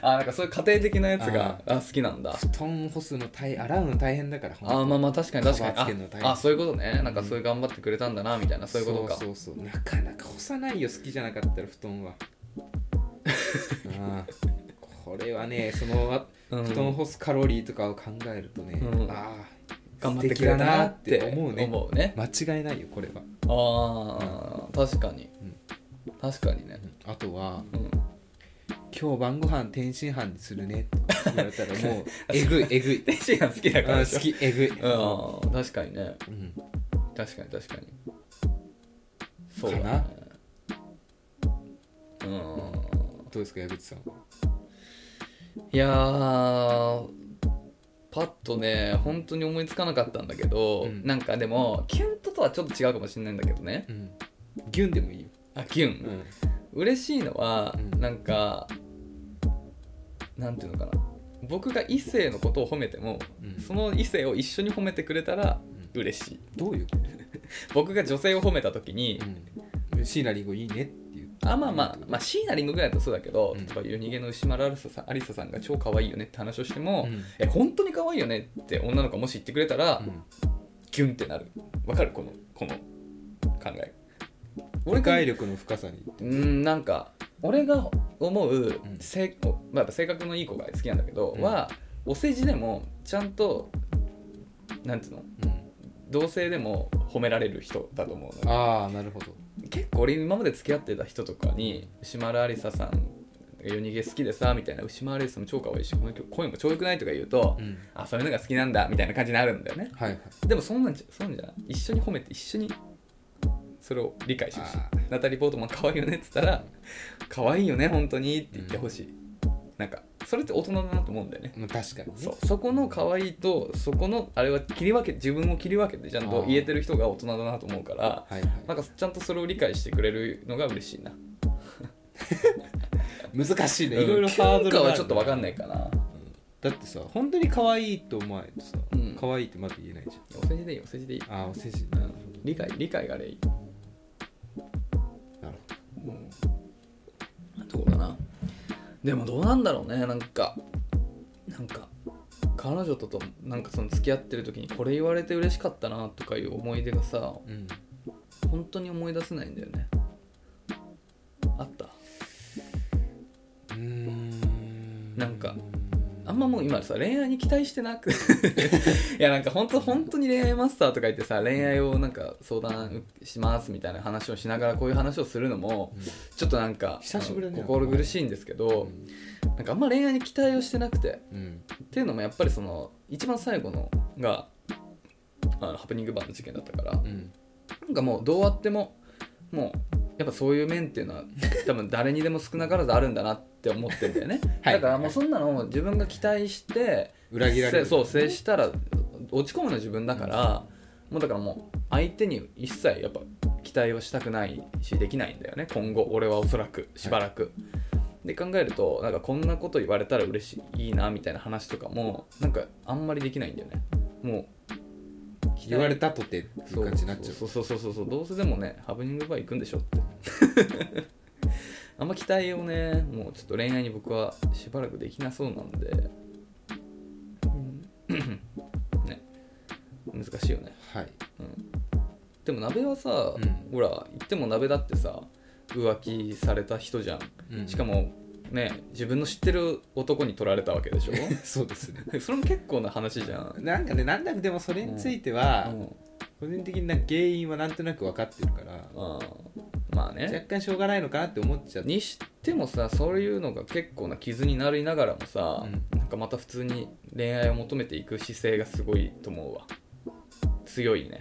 Speaker 2: あなんかそういう家庭的なやつがあ好きなんだ
Speaker 1: 布団干すの大洗うの大変だからほんと
Speaker 2: あーまあまあ確かに確か
Speaker 1: カバーつける
Speaker 2: に
Speaker 1: の大
Speaker 2: あ
Speaker 1: 変
Speaker 2: あそういうことねなんかそういう頑張ってくれたんだなみたいなそういうことか
Speaker 1: そうそうそうなかなか干さないよ好きじゃなかったら布団 はああこれはねそのあ
Speaker 2: うん
Speaker 1: 布団干すカロリーとかを考えるとね、
Speaker 2: うん
Speaker 1: ああ
Speaker 2: 頑張ってくれたなっ
Speaker 1: 素敵
Speaker 2: て
Speaker 1: だなって思うね
Speaker 2: 思うね
Speaker 1: 間違いないよこれは、
Speaker 2: あー確かに、
Speaker 1: うん
Speaker 2: 確かにね、
Speaker 1: あとは
Speaker 2: うん、
Speaker 1: 「今日晩ご飯天津飯にするね」とか言われたら もうえぐいえぐい
Speaker 2: 天津飯好きだから
Speaker 1: あ
Speaker 2: で
Speaker 1: あ
Speaker 2: しょ
Speaker 1: 好きえぐい、
Speaker 2: うん確かにね
Speaker 1: うん、
Speaker 2: 確かに確かにそうだ
Speaker 1: かな
Speaker 2: ねうん
Speaker 1: どうですか矢口さんはい
Speaker 2: やーパッとね本当に思いつかなかったんだけど、
Speaker 1: うん
Speaker 2: なんかでもキュンととはちょっと違うかもしれないんだけどね
Speaker 1: うんギュンでもいいよ、
Speaker 2: あキュン、
Speaker 1: うん、
Speaker 2: 嬉しいのは、
Speaker 1: うん
Speaker 2: なんかなんていうのかな僕が異性のことを褒めても、
Speaker 1: うん
Speaker 2: その異性を一緒に褒めてくれたら
Speaker 1: う
Speaker 2: 嬉しい
Speaker 1: どういうこと
Speaker 2: 僕が女性を褒めた時に、
Speaker 1: うん、シーラリンゴいいねって言って
Speaker 2: あまあまあ、まあ、椎名林檎ぐらいだとそうだけど、
Speaker 1: うん
Speaker 2: とか夜逃げの牛丸ありささんありささんが超可愛いよねって話をしても、
Speaker 1: うん
Speaker 2: え本当に可愛いよねって女の子がもし言ってくれたら、キュンってなるわかるこのこの考え
Speaker 1: 俺
Speaker 2: 俺
Speaker 1: が
Speaker 2: が
Speaker 1: 外力の深さに
Speaker 2: うーんなんか俺が思う、
Speaker 1: ん
Speaker 2: 性まあ、やっぱ性格のいい子が好きなんだけど、
Speaker 1: うん
Speaker 2: はお世辞でもちゃんとなんていうの同性でも褒められる人だと思うのよ
Speaker 1: ああなるほど
Speaker 2: 結構俺今まで付き合ってた人とかに牛丸ありささん夜逃げ好きでさみたいな牛丸ありささんも超可愛いしこの曲声も超良くないとか言うと、
Speaker 1: うん
Speaker 2: あそういうのが好きなんだみたいな感じになるんだよね
Speaker 1: はいはい
Speaker 2: でもそんなんじゃそんなんじゃない一緒に褒めて一緒にそれを理解してほしい
Speaker 1: あ
Speaker 2: ナタリー・ポートマン可愛いよねって言ったら可愛いよね本当にって言ってほしい、なんかそれって大人だなと思うんだよね
Speaker 1: まあ確かにね
Speaker 2: そうそこの可愛いとそこのあれは切り分け自分を切り分けてちゃんと言えてる人が大人だなと思うから
Speaker 1: はいはい
Speaker 2: なんかちゃんとそれを理解してくれるのが嬉しいな
Speaker 1: 難しいね
Speaker 2: い
Speaker 1: いろいろハードルがある
Speaker 2: はちょっと分かんないかな
Speaker 1: だってさ本当に可愛いと思わないとさ、
Speaker 2: うん
Speaker 1: 可愛いってまだ言えないじ
Speaker 2: お世辞でいいお世辞でいい
Speaker 1: ゃんああお世辞
Speaker 2: う
Speaker 1: なる
Speaker 2: ん理解理解があれいい
Speaker 1: ほど
Speaker 2: どうだなでもどうなんだろうねなんかなんか彼女ととなんかその付き合ってる時にこれ言われて嬉しかったなとかいう思い出がさ
Speaker 1: うん
Speaker 2: 本当に思い出せないんだよねあった
Speaker 1: うーん
Speaker 2: なんかあんまもう今さ恋愛に期待してなく いやなんか本当本当に恋愛マスターとか言ってさ恋愛をなんか相談しますみたいな話をしながらこういう話をするのも
Speaker 1: うん
Speaker 2: ちょっとなんか
Speaker 1: 久しぶりだね
Speaker 2: あの心苦しいんですけどなんかあんま恋愛に期待をしてなくて
Speaker 1: うんうん
Speaker 2: っていうのもやっぱりその一番最後のがあのハプニングバーの事件だったから、
Speaker 1: うん
Speaker 2: なんかもうどうあってももうやっぱそういう面ってい うのは多分誰にでも少なからずあるんだなって思ってるんだよね、
Speaker 1: はい
Speaker 2: だからもうそんなのを自分が期待して
Speaker 1: 裏切られる
Speaker 2: せそう接したら落ち込むの自分だから、もうだからもう相手に一切やっぱ期待はしたくないしできないんだよね今後俺はおそらくしばらく、で考えるとなんかこんなこと言われたら嬉しいいいなみたいな話とかもなんかあんまりできないんだよねもう期待
Speaker 1: 言われたとてっていう感じになっちゃう
Speaker 2: そうそうそうそうそうどうせでもねハプニングバー行くんでしょって あんま期待をねもうちょっと恋愛に僕はしばらくできなそうなんで、うん ね難しいよね
Speaker 1: はい
Speaker 2: でも鍋はさ、
Speaker 1: うん
Speaker 2: ほら言っても鍋だってさ浮気された人じゃん、
Speaker 1: うん
Speaker 2: しかもね自分の知ってる男に取られたわけで しょ
Speaker 1: そうですね
Speaker 2: それも結構な話じゃん、
Speaker 1: なんかねなんなくでもそれについて
Speaker 2: う
Speaker 1: は、
Speaker 2: ん、
Speaker 1: 個人的な原因はなんとなく分かってるから
Speaker 2: あーまあね
Speaker 1: 若干しょうがないのかなって思っちゃって
Speaker 2: にしてもさそういうのが結構な傷になりながらもさ、
Speaker 1: う
Speaker 2: なんかまた普通に恋愛を求めていく姿勢がすごいと思うわ強いね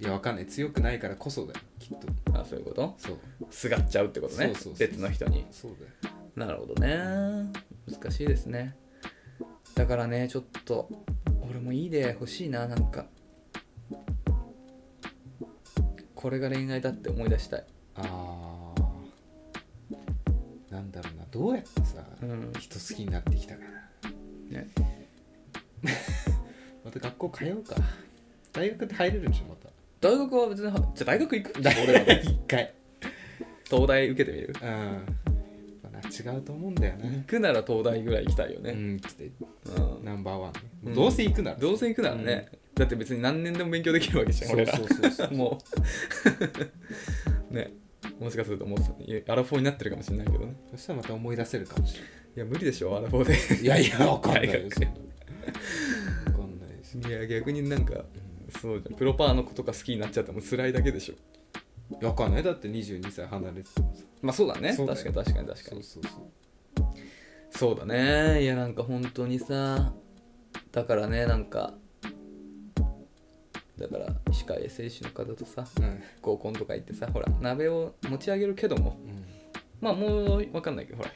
Speaker 1: いや分かんない強くないからこそだよきっと
Speaker 2: あそういうこと
Speaker 1: そう
Speaker 2: すがっちゃうってことね
Speaker 1: そうそうそうそう
Speaker 2: 別の人に
Speaker 1: そうだよ
Speaker 2: なるほどね難しいですねだからねちょっと俺もいいで欲しいななんかこれが恋愛だって思い出したい、
Speaker 1: あーなんだろうなどうやってさ、
Speaker 2: うん
Speaker 1: 人好きになってきたかな
Speaker 2: ね、
Speaker 1: また学校通うか大学って入れるんでしょまた
Speaker 2: 大学は別にはじゃあ大学行く俺らも
Speaker 1: 一 回
Speaker 2: 東大受けてみる
Speaker 1: うんやっぱな違うと思うんだよな、
Speaker 2: 行くなら東大ぐらい行きたいよ
Speaker 1: う
Speaker 2: ね、
Speaker 1: ん、ちょっと
Speaker 2: うん
Speaker 1: ナンバーワンね、
Speaker 2: うん
Speaker 1: どうせ行くなら
Speaker 2: どうせ行くならね、だって別に何年でも勉強できるわけじゃん
Speaker 1: そう
Speaker 2: 俺ら
Speaker 1: そうそうそう
Speaker 2: もう ねもしかするともういやアラフォーになってるかもしれないけどね
Speaker 1: そしたらまた思い出せるかもしれない
Speaker 2: いや無理でしょアラフォーで
Speaker 1: い やいや、わかんないで
Speaker 2: 大
Speaker 1: す。
Speaker 2: 学
Speaker 1: わかんないです。
Speaker 2: いや逆になんかそうじゃんプロパーの子とか好きになっちゃったらもう辛いだけでしょ
Speaker 1: わかんない。だって22歳離れててもさ。
Speaker 2: まあそうだね
Speaker 1: そうだよ
Speaker 2: 確かに確かに確か
Speaker 1: そう
Speaker 2: に
Speaker 1: そうそう。
Speaker 2: そうだねいやなんか本当にさだからねなんかだから歯科衛生士の方とさ
Speaker 1: うん。
Speaker 2: 合コンとか行ってさほら鍋を持ち上げるけどもまあもう分かんないけどほら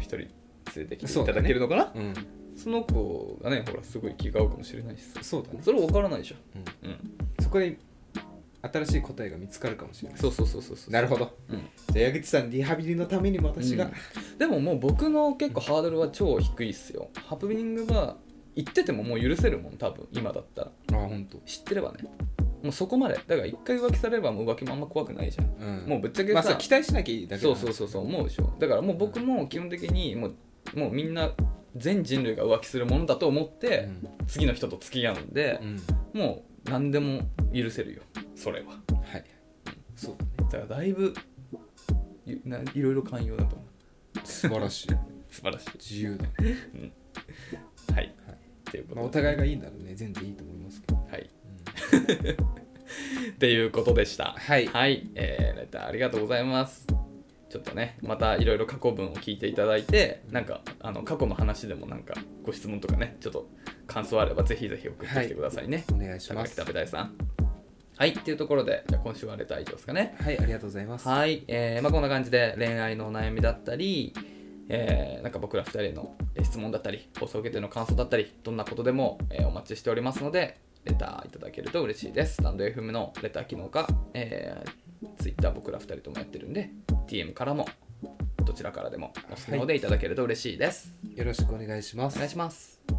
Speaker 2: 一人連れてきていただけるのかな
Speaker 1: う
Speaker 2: そ,、
Speaker 1: ん。
Speaker 2: の子がねほらすごい気が合うかもしれないしさ
Speaker 1: そうだね。
Speaker 2: それ分からないでしょ、
Speaker 1: うん
Speaker 2: うん、
Speaker 1: そこで、新しい答えが見つかるかもしれない
Speaker 2: そうそうそうそうそう
Speaker 1: なるほど
Speaker 2: うん
Speaker 1: じゃあ矢口さんリハビリのためにも私が、
Speaker 2: うんでももう僕の結構ハードルは超低いっすよハプニングは行っててももう許せるもん多分今だったら
Speaker 1: あ本当。
Speaker 2: 知ってればねもうそこまでだから一回浮気されればもう浮気もあんま怖くないじゃん
Speaker 1: うん
Speaker 2: もうぶっちゃけさ,、
Speaker 1: まあさ期待しなきゃいいだけ
Speaker 2: そうそううそうそう思うでしょだからもう僕も基本的にもうもうみんな全人類が浮気するものだと思って、
Speaker 1: ん
Speaker 2: 次の人と付き合うんで
Speaker 1: う、ん
Speaker 2: もう何でも許せるよそれは
Speaker 1: はいそうだね
Speaker 2: だからだいぶいないろいろ寛容だと思う
Speaker 1: 素晴らしい
Speaker 2: 素晴らしい
Speaker 1: 自由だ、ね
Speaker 2: はい、
Speaker 1: はい
Speaker 2: っていうこ と
Speaker 1: まあ、お互いがいいんだろうね全然いいと思いますけど、
Speaker 2: はい っていうことでした
Speaker 1: はい
Speaker 2: はい、えー、レターありがとうございます。ちょっとね、またいろいろ過去文を聞いていただいて、なんかあの過去の話でもなんかご質問とかね、ちょっと感想あればぜひぜひ送ってきてくださいね。
Speaker 1: お願いし
Speaker 2: 食べ
Speaker 1: ま
Speaker 2: た
Speaker 1: す
Speaker 2: き食べたいさん。はい、っていうところで、じゃあ今週はレター以上ですかね。
Speaker 1: はいありがとうございます
Speaker 2: はい、えーまあ、こんな感じで恋愛のお悩みだったり、えーなんか僕ら2人へのえー質問だったり放送を受けての感想だったりどんなことでも、えーお待ちしておりますのでレターいただけると嬉しいですスタンド FM のレター機能か、えー、Twitter 僕ら2人ともやってるんで TM からもどちらからでもおすすめのでいただけると嬉しいです、
Speaker 1: よろしくお願いします
Speaker 2: お願いしますギ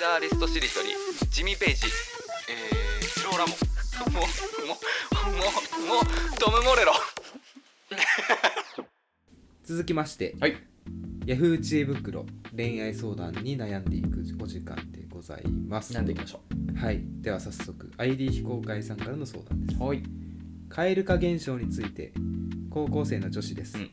Speaker 2: タリストしりとりジミー・ペイジえー、ローラモもうもうもうもうトム・モレロ
Speaker 1: 続きまして
Speaker 2: はい
Speaker 1: ヤフー知恵袋恋愛相談に悩んでいくお時間でございます
Speaker 2: なんでいきましょ
Speaker 1: はいでは早速 ID 非公開さんからの相談です
Speaker 2: うはい
Speaker 1: 蛙化現象について高校生の女子です、
Speaker 2: う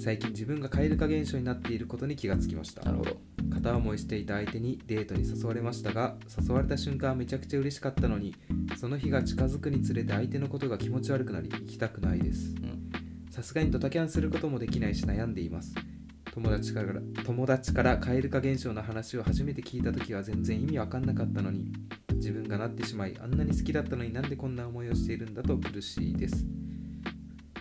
Speaker 1: 最近自分が蛙化現象になっていることに気がつきました
Speaker 2: なるほど
Speaker 1: 片思いしていた相手にデートに誘われましたが誘われた瞬間はめちゃくちゃ嬉しかったのにその日が近づくにつれて相手のことが気持ち悪くなり行きたくないです
Speaker 2: うん
Speaker 1: さすがにドタキャンすることもできないし悩んでいます友達から友達から蛙化現象の話を初めて聞いた時は全然意味わかんなかったのに自分がなってしまいあんなに好きだったのになんでこんな思いをしているんだと苦しいです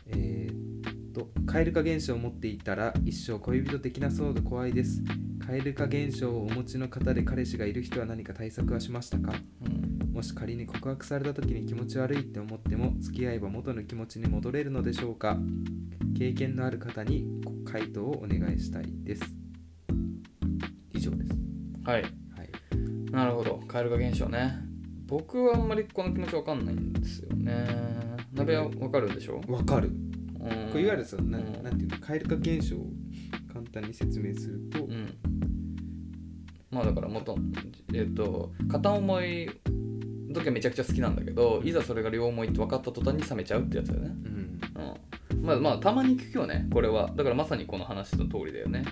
Speaker 1: えー、っと蛙化現象を持っていたら一生恋人できなそうで怖いです蛙化現象をお持ちの方で彼氏がいる人は何か対策はしましたか
Speaker 2: うん
Speaker 1: もし仮に告白された時に気持ち悪いって思っても付き合えば元の気持ちに戻れるのでしょうか経験のある方に回答をお願いしたいです以上です
Speaker 2: はい
Speaker 1: はい
Speaker 2: なるほど蛙化現象ね僕はあんまりこの気持ちわかんないんですよね鍋はわかるんでしょ
Speaker 1: わかる
Speaker 2: うん
Speaker 1: これいわゆるそのな
Speaker 2: うん
Speaker 1: なんていうの蛙化現象を簡単に説明すると
Speaker 2: うんまあだから元えっ、と片思いの時はめちゃくちゃ好きなんだけどいざそれが両思いって分かった途端に冷めちゃうってやつだよね
Speaker 1: うん
Speaker 2: うんまあまあたまに聞くよねこれはだからまさにこの話の通りだよね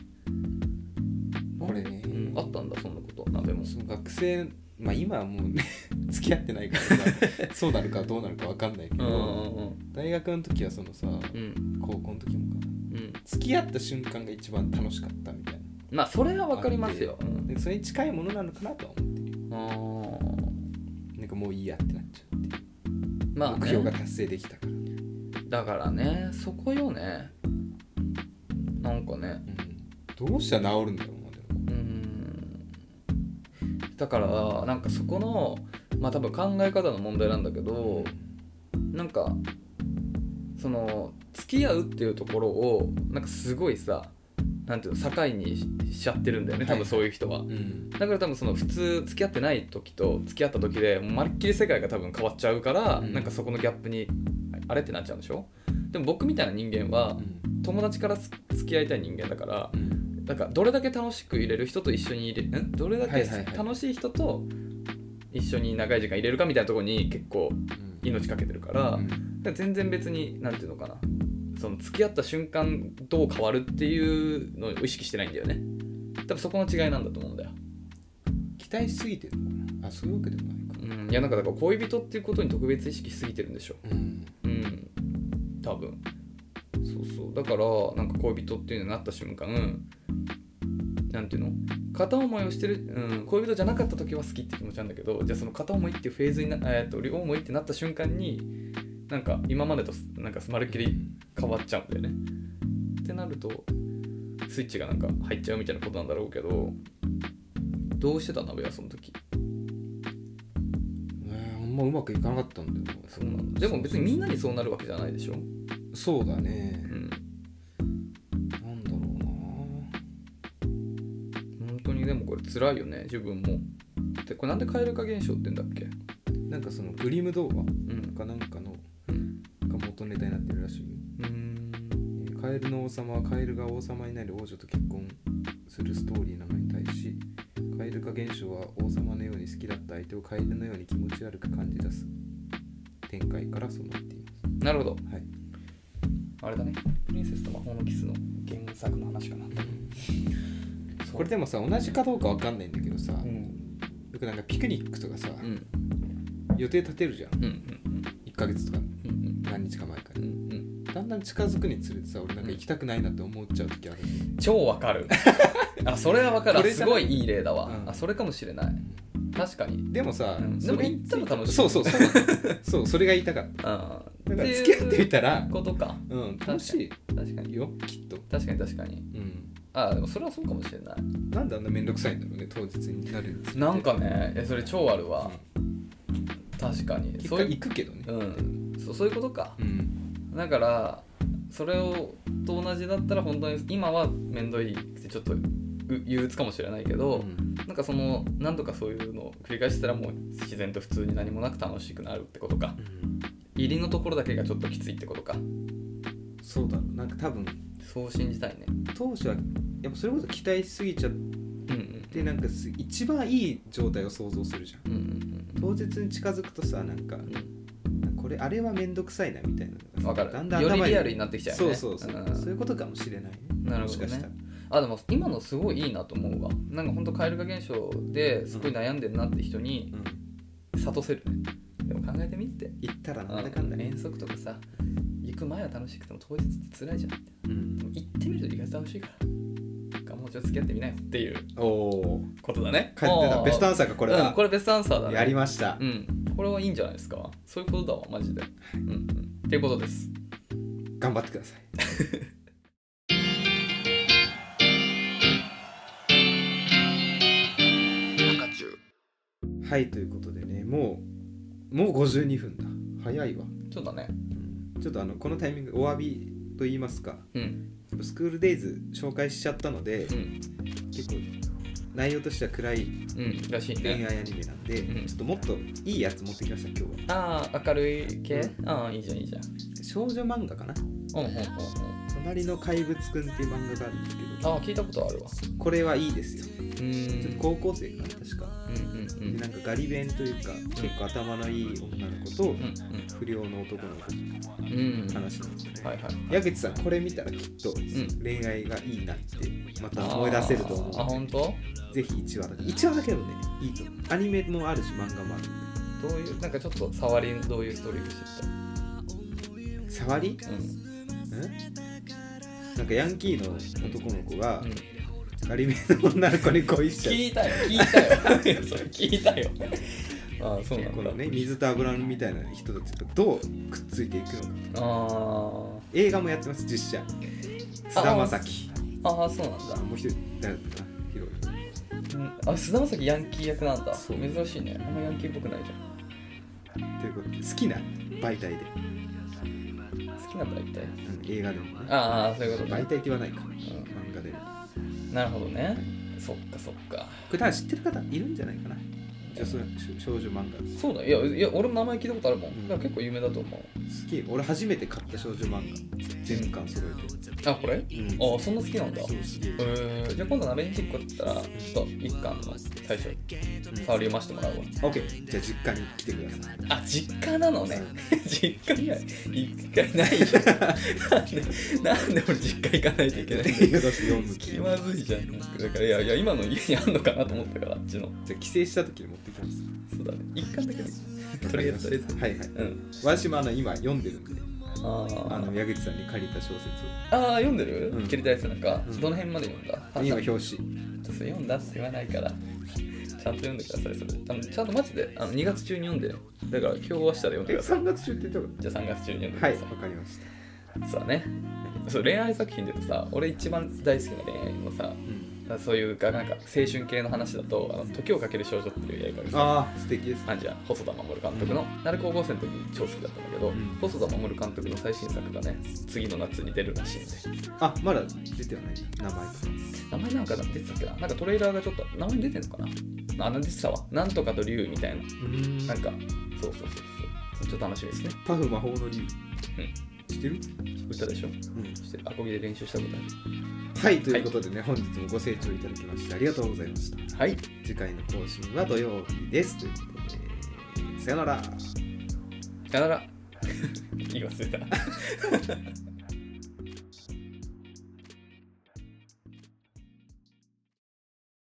Speaker 1: これね
Speaker 2: うん、あったんだそんなこと鍋も
Speaker 1: その学生まあ今はもうね 付き合ってないからさ そうなるかどうなるかわかんないけ
Speaker 2: うん
Speaker 1: ど大学の時はそのさ
Speaker 2: うんうん
Speaker 1: 高校の時もかな
Speaker 2: うんうん
Speaker 1: 付き合った瞬間が一番楽しかったみたいな
Speaker 2: まあそれは分かりますよ、うん
Speaker 1: でそれに近いものなのかなとは思ってるよ
Speaker 2: あー
Speaker 1: なんかもういいやってなっちゃうっていう、
Speaker 2: まあ、ね、
Speaker 1: 目標が達成できたから、
Speaker 2: だからねそこよねなんかね
Speaker 1: うん、どうしたら治るんだろうなでも
Speaker 2: うんだからなんかそこのまあ多分考え方の問題なんだけどなんかその付き合うっていうところをなんかすごいさなんていうの境にししちゃってるんだよね多
Speaker 1: はい
Speaker 2: 分そういう人は、
Speaker 1: うん
Speaker 2: だから多分その普通付き合ってない時と付き合った時でまるっきり世界が多分変わっちゃうから、
Speaker 1: うん
Speaker 2: なんかそこのギャップにあれってなっちゃうんでしょでも僕みたいな人間は友達からす付き合いたい人間だから、
Speaker 1: うん
Speaker 2: なんかどれだけ楽しくいれる人と一緒にいれんどれだ
Speaker 1: は
Speaker 2: け
Speaker 1: いはいはい
Speaker 2: 楽しい人と一緒に長い時間いれるかみたいなところに結構
Speaker 1: うん
Speaker 2: 命かけてるから,、
Speaker 1: うん
Speaker 2: 全然別になんていうのかなその付き合った瞬間どう変わるっていうのを意識してないんだよね多分そこの違いなんだと思うんだよ、
Speaker 1: 期待しすぎてるのかなあそういうわけでもないか
Speaker 2: うん、いやなんかだから恋人っていうことに特別意識しすぎてるんでしょ
Speaker 1: うん
Speaker 2: うん多分そうそうだからなんか恋人っていうのになった瞬間、なんていうの片思いをしてる、うん、恋人じゃなかった時は好きって気持ちなんだけどじゃあその片思いっていうフェーズにな、えー、と両思いってなった瞬間になんか今までとなんかまるっきり変わっちゃうんだよねってなるとスイッチがなんか入っちゃうみたいなことなんだろうけどどうしてた鍋はその時
Speaker 1: うんんまうまくいかなかったんだよね
Speaker 2: そうなんだでも別にみんなにそうなるわけじゃないでしょ、
Speaker 1: そうだね
Speaker 2: うん、
Speaker 1: なんだろう
Speaker 2: 本当にでもこれ辛いよね自分もでこれなんで蛙化現象って言うんだっけ
Speaker 1: ななんかそのグリム童話
Speaker 2: うん
Speaker 1: かなんかの
Speaker 2: うん
Speaker 1: が元ネタになってるらしいよ
Speaker 2: うーん
Speaker 1: えーカエルの王様はカエルが王様になり王女と結婚するストーリーなのに対しカエル化現象は王様のように好きだった相手をカエルのように気持ち悪く感じ出す展開からそうなっていま
Speaker 2: なるほど
Speaker 1: すはい
Speaker 2: あれだねプリンセスと魔法のキスの原作の話かなそう
Speaker 1: これでもさ同じかどうかわかんないんだけどさ、
Speaker 2: うん
Speaker 1: よくなんかピクニックとかさ、
Speaker 2: うん
Speaker 1: 予定立てるじゃん
Speaker 2: うんうん
Speaker 1: 1ヶ月とか
Speaker 2: うんうん
Speaker 1: 何日か前か
Speaker 2: う
Speaker 1: ら
Speaker 2: んうん
Speaker 1: だんだん近づくにつれてさ俺なんか行きたくないなって思っちゃう時ある、
Speaker 2: 超わかるあそれはわかる
Speaker 1: こ
Speaker 2: あ
Speaker 1: れじ
Speaker 2: す
Speaker 1: ゃな
Speaker 2: ご
Speaker 1: い
Speaker 2: いいい例だわ、
Speaker 1: うん
Speaker 2: あそれかもしれない確かに
Speaker 1: でもさ、
Speaker 2: うん
Speaker 1: それについ
Speaker 2: でも行ったら楽しい
Speaker 1: そうそうそうそうそれが言いたかった
Speaker 2: あ
Speaker 1: だから付き合ってみ
Speaker 2: た
Speaker 1: たら
Speaker 2: ことか
Speaker 1: うん楽し
Speaker 2: 確か
Speaker 1: い
Speaker 2: に
Speaker 1: よきっと
Speaker 2: 確かに確かに
Speaker 1: うん
Speaker 2: あでもそれはそうかもしれない
Speaker 1: なんであんな面倒くさいんだろうね当日になるにつれて
Speaker 2: なんかねえそれ超あるわ
Speaker 1: うん
Speaker 2: 確かに
Speaker 1: 結
Speaker 2: そう
Speaker 1: 果
Speaker 2: い
Speaker 1: 行
Speaker 2: う
Speaker 1: くけどね
Speaker 2: うんそうそういうことか
Speaker 1: うん
Speaker 2: だからそれをと同じだったら本当に今は面倒いってちょっとう憂鬱かもしれないけど、
Speaker 1: うん
Speaker 2: なんかその何度かそういうのを繰り返してたらもう自然と普通に何もなく楽しくなるってことか入りのところだけがちょっときついってことか
Speaker 1: そうだろうなんか多分
Speaker 2: そう信じたいね
Speaker 1: 当初はやっぱそれこそ期待しすぎちゃっ
Speaker 2: うんうん
Speaker 1: てなんかす一番いい状態を想像するじゃん
Speaker 2: うんうん
Speaker 1: 当日に近づくとさなんか
Speaker 2: うんうん
Speaker 1: これあれは面倒くさいなみたいなの
Speaker 2: わ
Speaker 1: がさ
Speaker 2: かる
Speaker 1: だんだん
Speaker 2: より
Speaker 1: 頭
Speaker 2: リアルになってきちゃうよね
Speaker 1: そうそうそう、
Speaker 2: うん
Speaker 1: そういうことかもしれないね
Speaker 2: なるほどね
Speaker 1: もしかしたら
Speaker 2: あでも今のすごいいいなと思うわなんか本当蛙化現象ですごい悩んでるなって人に
Speaker 1: うん
Speaker 2: 諭せるねでも考えてみって
Speaker 1: 行ったらなんだかんだね
Speaker 2: 遠足とかさ行く前は楽しくても当日って辛いじゃんで
Speaker 1: うん
Speaker 2: も行ってみると意外と楽しいからなんかもうちょっと付き合ってみなよっていう
Speaker 1: おお
Speaker 2: ことだね
Speaker 1: 帰ってたベストアンサーかこ
Speaker 2: こ
Speaker 1: れ
Speaker 2: れ,、う
Speaker 1: は
Speaker 2: ん、これベストアンサーだね
Speaker 1: やりました
Speaker 2: うんこれはいいんじゃないですかそういうことだわマジでうんうんっていうことです
Speaker 1: 頑張ってくださいはいということでねもうもう52分だ早いわ、
Speaker 2: そうだね
Speaker 1: ちょっとあのこのタイミングお詫びと言いますか
Speaker 2: うん
Speaker 1: やっぱスクールデイズ紹介しちゃったので
Speaker 2: うん
Speaker 1: 結構内容としては暗い
Speaker 2: うんらしい
Speaker 1: 恋
Speaker 2: ね
Speaker 1: 愛アニメなんで、
Speaker 2: うん
Speaker 1: ちょっともっといいやつ持ってきました今日は
Speaker 2: ああ明るい系、
Speaker 1: う
Speaker 2: ああいいじゃんいいじゃん
Speaker 1: 少女漫画かな
Speaker 2: うんうんうんうん
Speaker 1: 隣の怪物くんっていう漫画があるんですけど
Speaker 2: ああ聞いたことあるわ
Speaker 1: これはいいですよ
Speaker 2: う
Speaker 1: ちょっ
Speaker 2: ー
Speaker 1: と
Speaker 2: ん
Speaker 1: 高校生かな確か
Speaker 2: うんうんう
Speaker 1: で
Speaker 2: ん
Speaker 1: なんかガリ弁というか結構頭のいい女の子と
Speaker 2: う
Speaker 1: 不良の男の子の
Speaker 2: んうんうん
Speaker 1: 話なんですよね
Speaker 2: はいはい
Speaker 1: 矢口さんこれ見たらきっと
Speaker 2: ん
Speaker 1: 恋愛がいいなってまた思い出せると
Speaker 2: あーあ
Speaker 1: 思う
Speaker 2: 本当
Speaker 1: ぜひ1話だけ1話だけでもねいいと思うアニメもあるし漫画もある
Speaker 2: どういうなんかちょっと触りどういうストーリーを知っ
Speaker 1: 触り
Speaker 2: たうん
Speaker 1: んなんかヤンキーの男の子が
Speaker 2: うん
Speaker 1: ガリ弁の女の子に恋しちゃ
Speaker 2: 聞いたよ聞いたよ それ聞いたよああそう
Speaker 1: う
Speaker 2: なん
Speaker 1: こ
Speaker 2: だ
Speaker 1: のね水と油みたいな人たちがどうくっついていくのか
Speaker 2: あ
Speaker 1: 映画もやってます実写菅田将暉
Speaker 2: ーあーそうなん
Speaker 1: あもう一人誰だったかなヒロイン
Speaker 2: だ、うん、あ菅田将暉ヤンキー役なんだ
Speaker 1: そう
Speaker 2: 珍しいねあんまヤンキーっぽくないじゃ
Speaker 1: ということで好きな媒体で、
Speaker 2: ん好きなんだ一体
Speaker 1: うん映画でもね
Speaker 2: ああそういうこと
Speaker 1: 媒
Speaker 2: ね
Speaker 1: 体って言わないか、漫画でも
Speaker 2: なるほどねそっかそっか
Speaker 1: これ多分知ってる方いるんじゃないかな女性少女漫画
Speaker 2: そうだいやいや俺も名前聞いたことあるもん、
Speaker 1: うん
Speaker 2: だから結構有名だと思う
Speaker 1: 好き俺初めて買った少女漫画全巻揃
Speaker 2: あこれ
Speaker 1: えてうん
Speaker 2: あそんな好きなんだ
Speaker 1: そうすげえ
Speaker 2: えー、じゃあ今度鍋にチックったらちょっと一巻の最初触り読ませてもらうわ
Speaker 1: OK じゃあ実家に来てください
Speaker 2: あ実家なのね 実家には一回ないよなんでなんで俺実家行かないといけないんだよ
Speaker 1: だって読む気
Speaker 2: 気まずいじゃんなんかだからいやいや今の家にあんのかなと思ったからあっちの
Speaker 1: じゃあ帰省した時に持ってきます
Speaker 2: そうだね一巻だけでとりあえずとりあえず
Speaker 1: はいはい
Speaker 2: うん
Speaker 1: 私もあの今読んでるんで
Speaker 2: あ
Speaker 1: あ
Speaker 2: ー
Speaker 1: の矢口さんに借りた小説
Speaker 2: あー読んでる、
Speaker 1: うん
Speaker 2: 切りたいやつなんか、
Speaker 1: うん
Speaker 2: どの辺まで読んだ
Speaker 1: を今表紙
Speaker 2: そう読んだって言わないから、ちゃんと読んでください、それ。あのちゃんとマジであの2月中に読んでね、だから今日明日で読んでください。
Speaker 1: 3月中って言ったこ
Speaker 2: じゃあ3月中に読んでく
Speaker 1: と
Speaker 2: だ
Speaker 1: は
Speaker 2: さ
Speaker 1: い
Speaker 2: い
Speaker 1: わ。かりました
Speaker 2: そうだね。そう恋愛作品で言うとさ、俺一番大好きな恋愛のさ、
Speaker 1: うん
Speaker 2: からそういうかなんか青春系の話だと「あの時をかける少女」っていう映画が
Speaker 1: ああ素敵です
Speaker 2: あじゃあ細田守監督の、あれ高校生の時に超好きだったんだけど、
Speaker 1: ん
Speaker 2: 細田守監督の最新作がね次の夏に出るらしいんで
Speaker 1: あまだ出てはない名前
Speaker 2: 名前なんか出てたっけななんかトレーラーがちょっと名前出てんのかなあ出てたわなんとかと竜みたいな
Speaker 1: うん
Speaker 2: なんかそうそうそうそうちょっと楽しみですね
Speaker 1: パフ魔法の竜知ってる
Speaker 2: 歌でしょ
Speaker 1: うん
Speaker 2: してるアコギで練習したことあ
Speaker 1: はいということでね、本日もご清聴いただきましてありがとうございました
Speaker 2: るはい
Speaker 1: 次回の更新は土曜日ですということでさよなら
Speaker 2: さよなら言い忘れた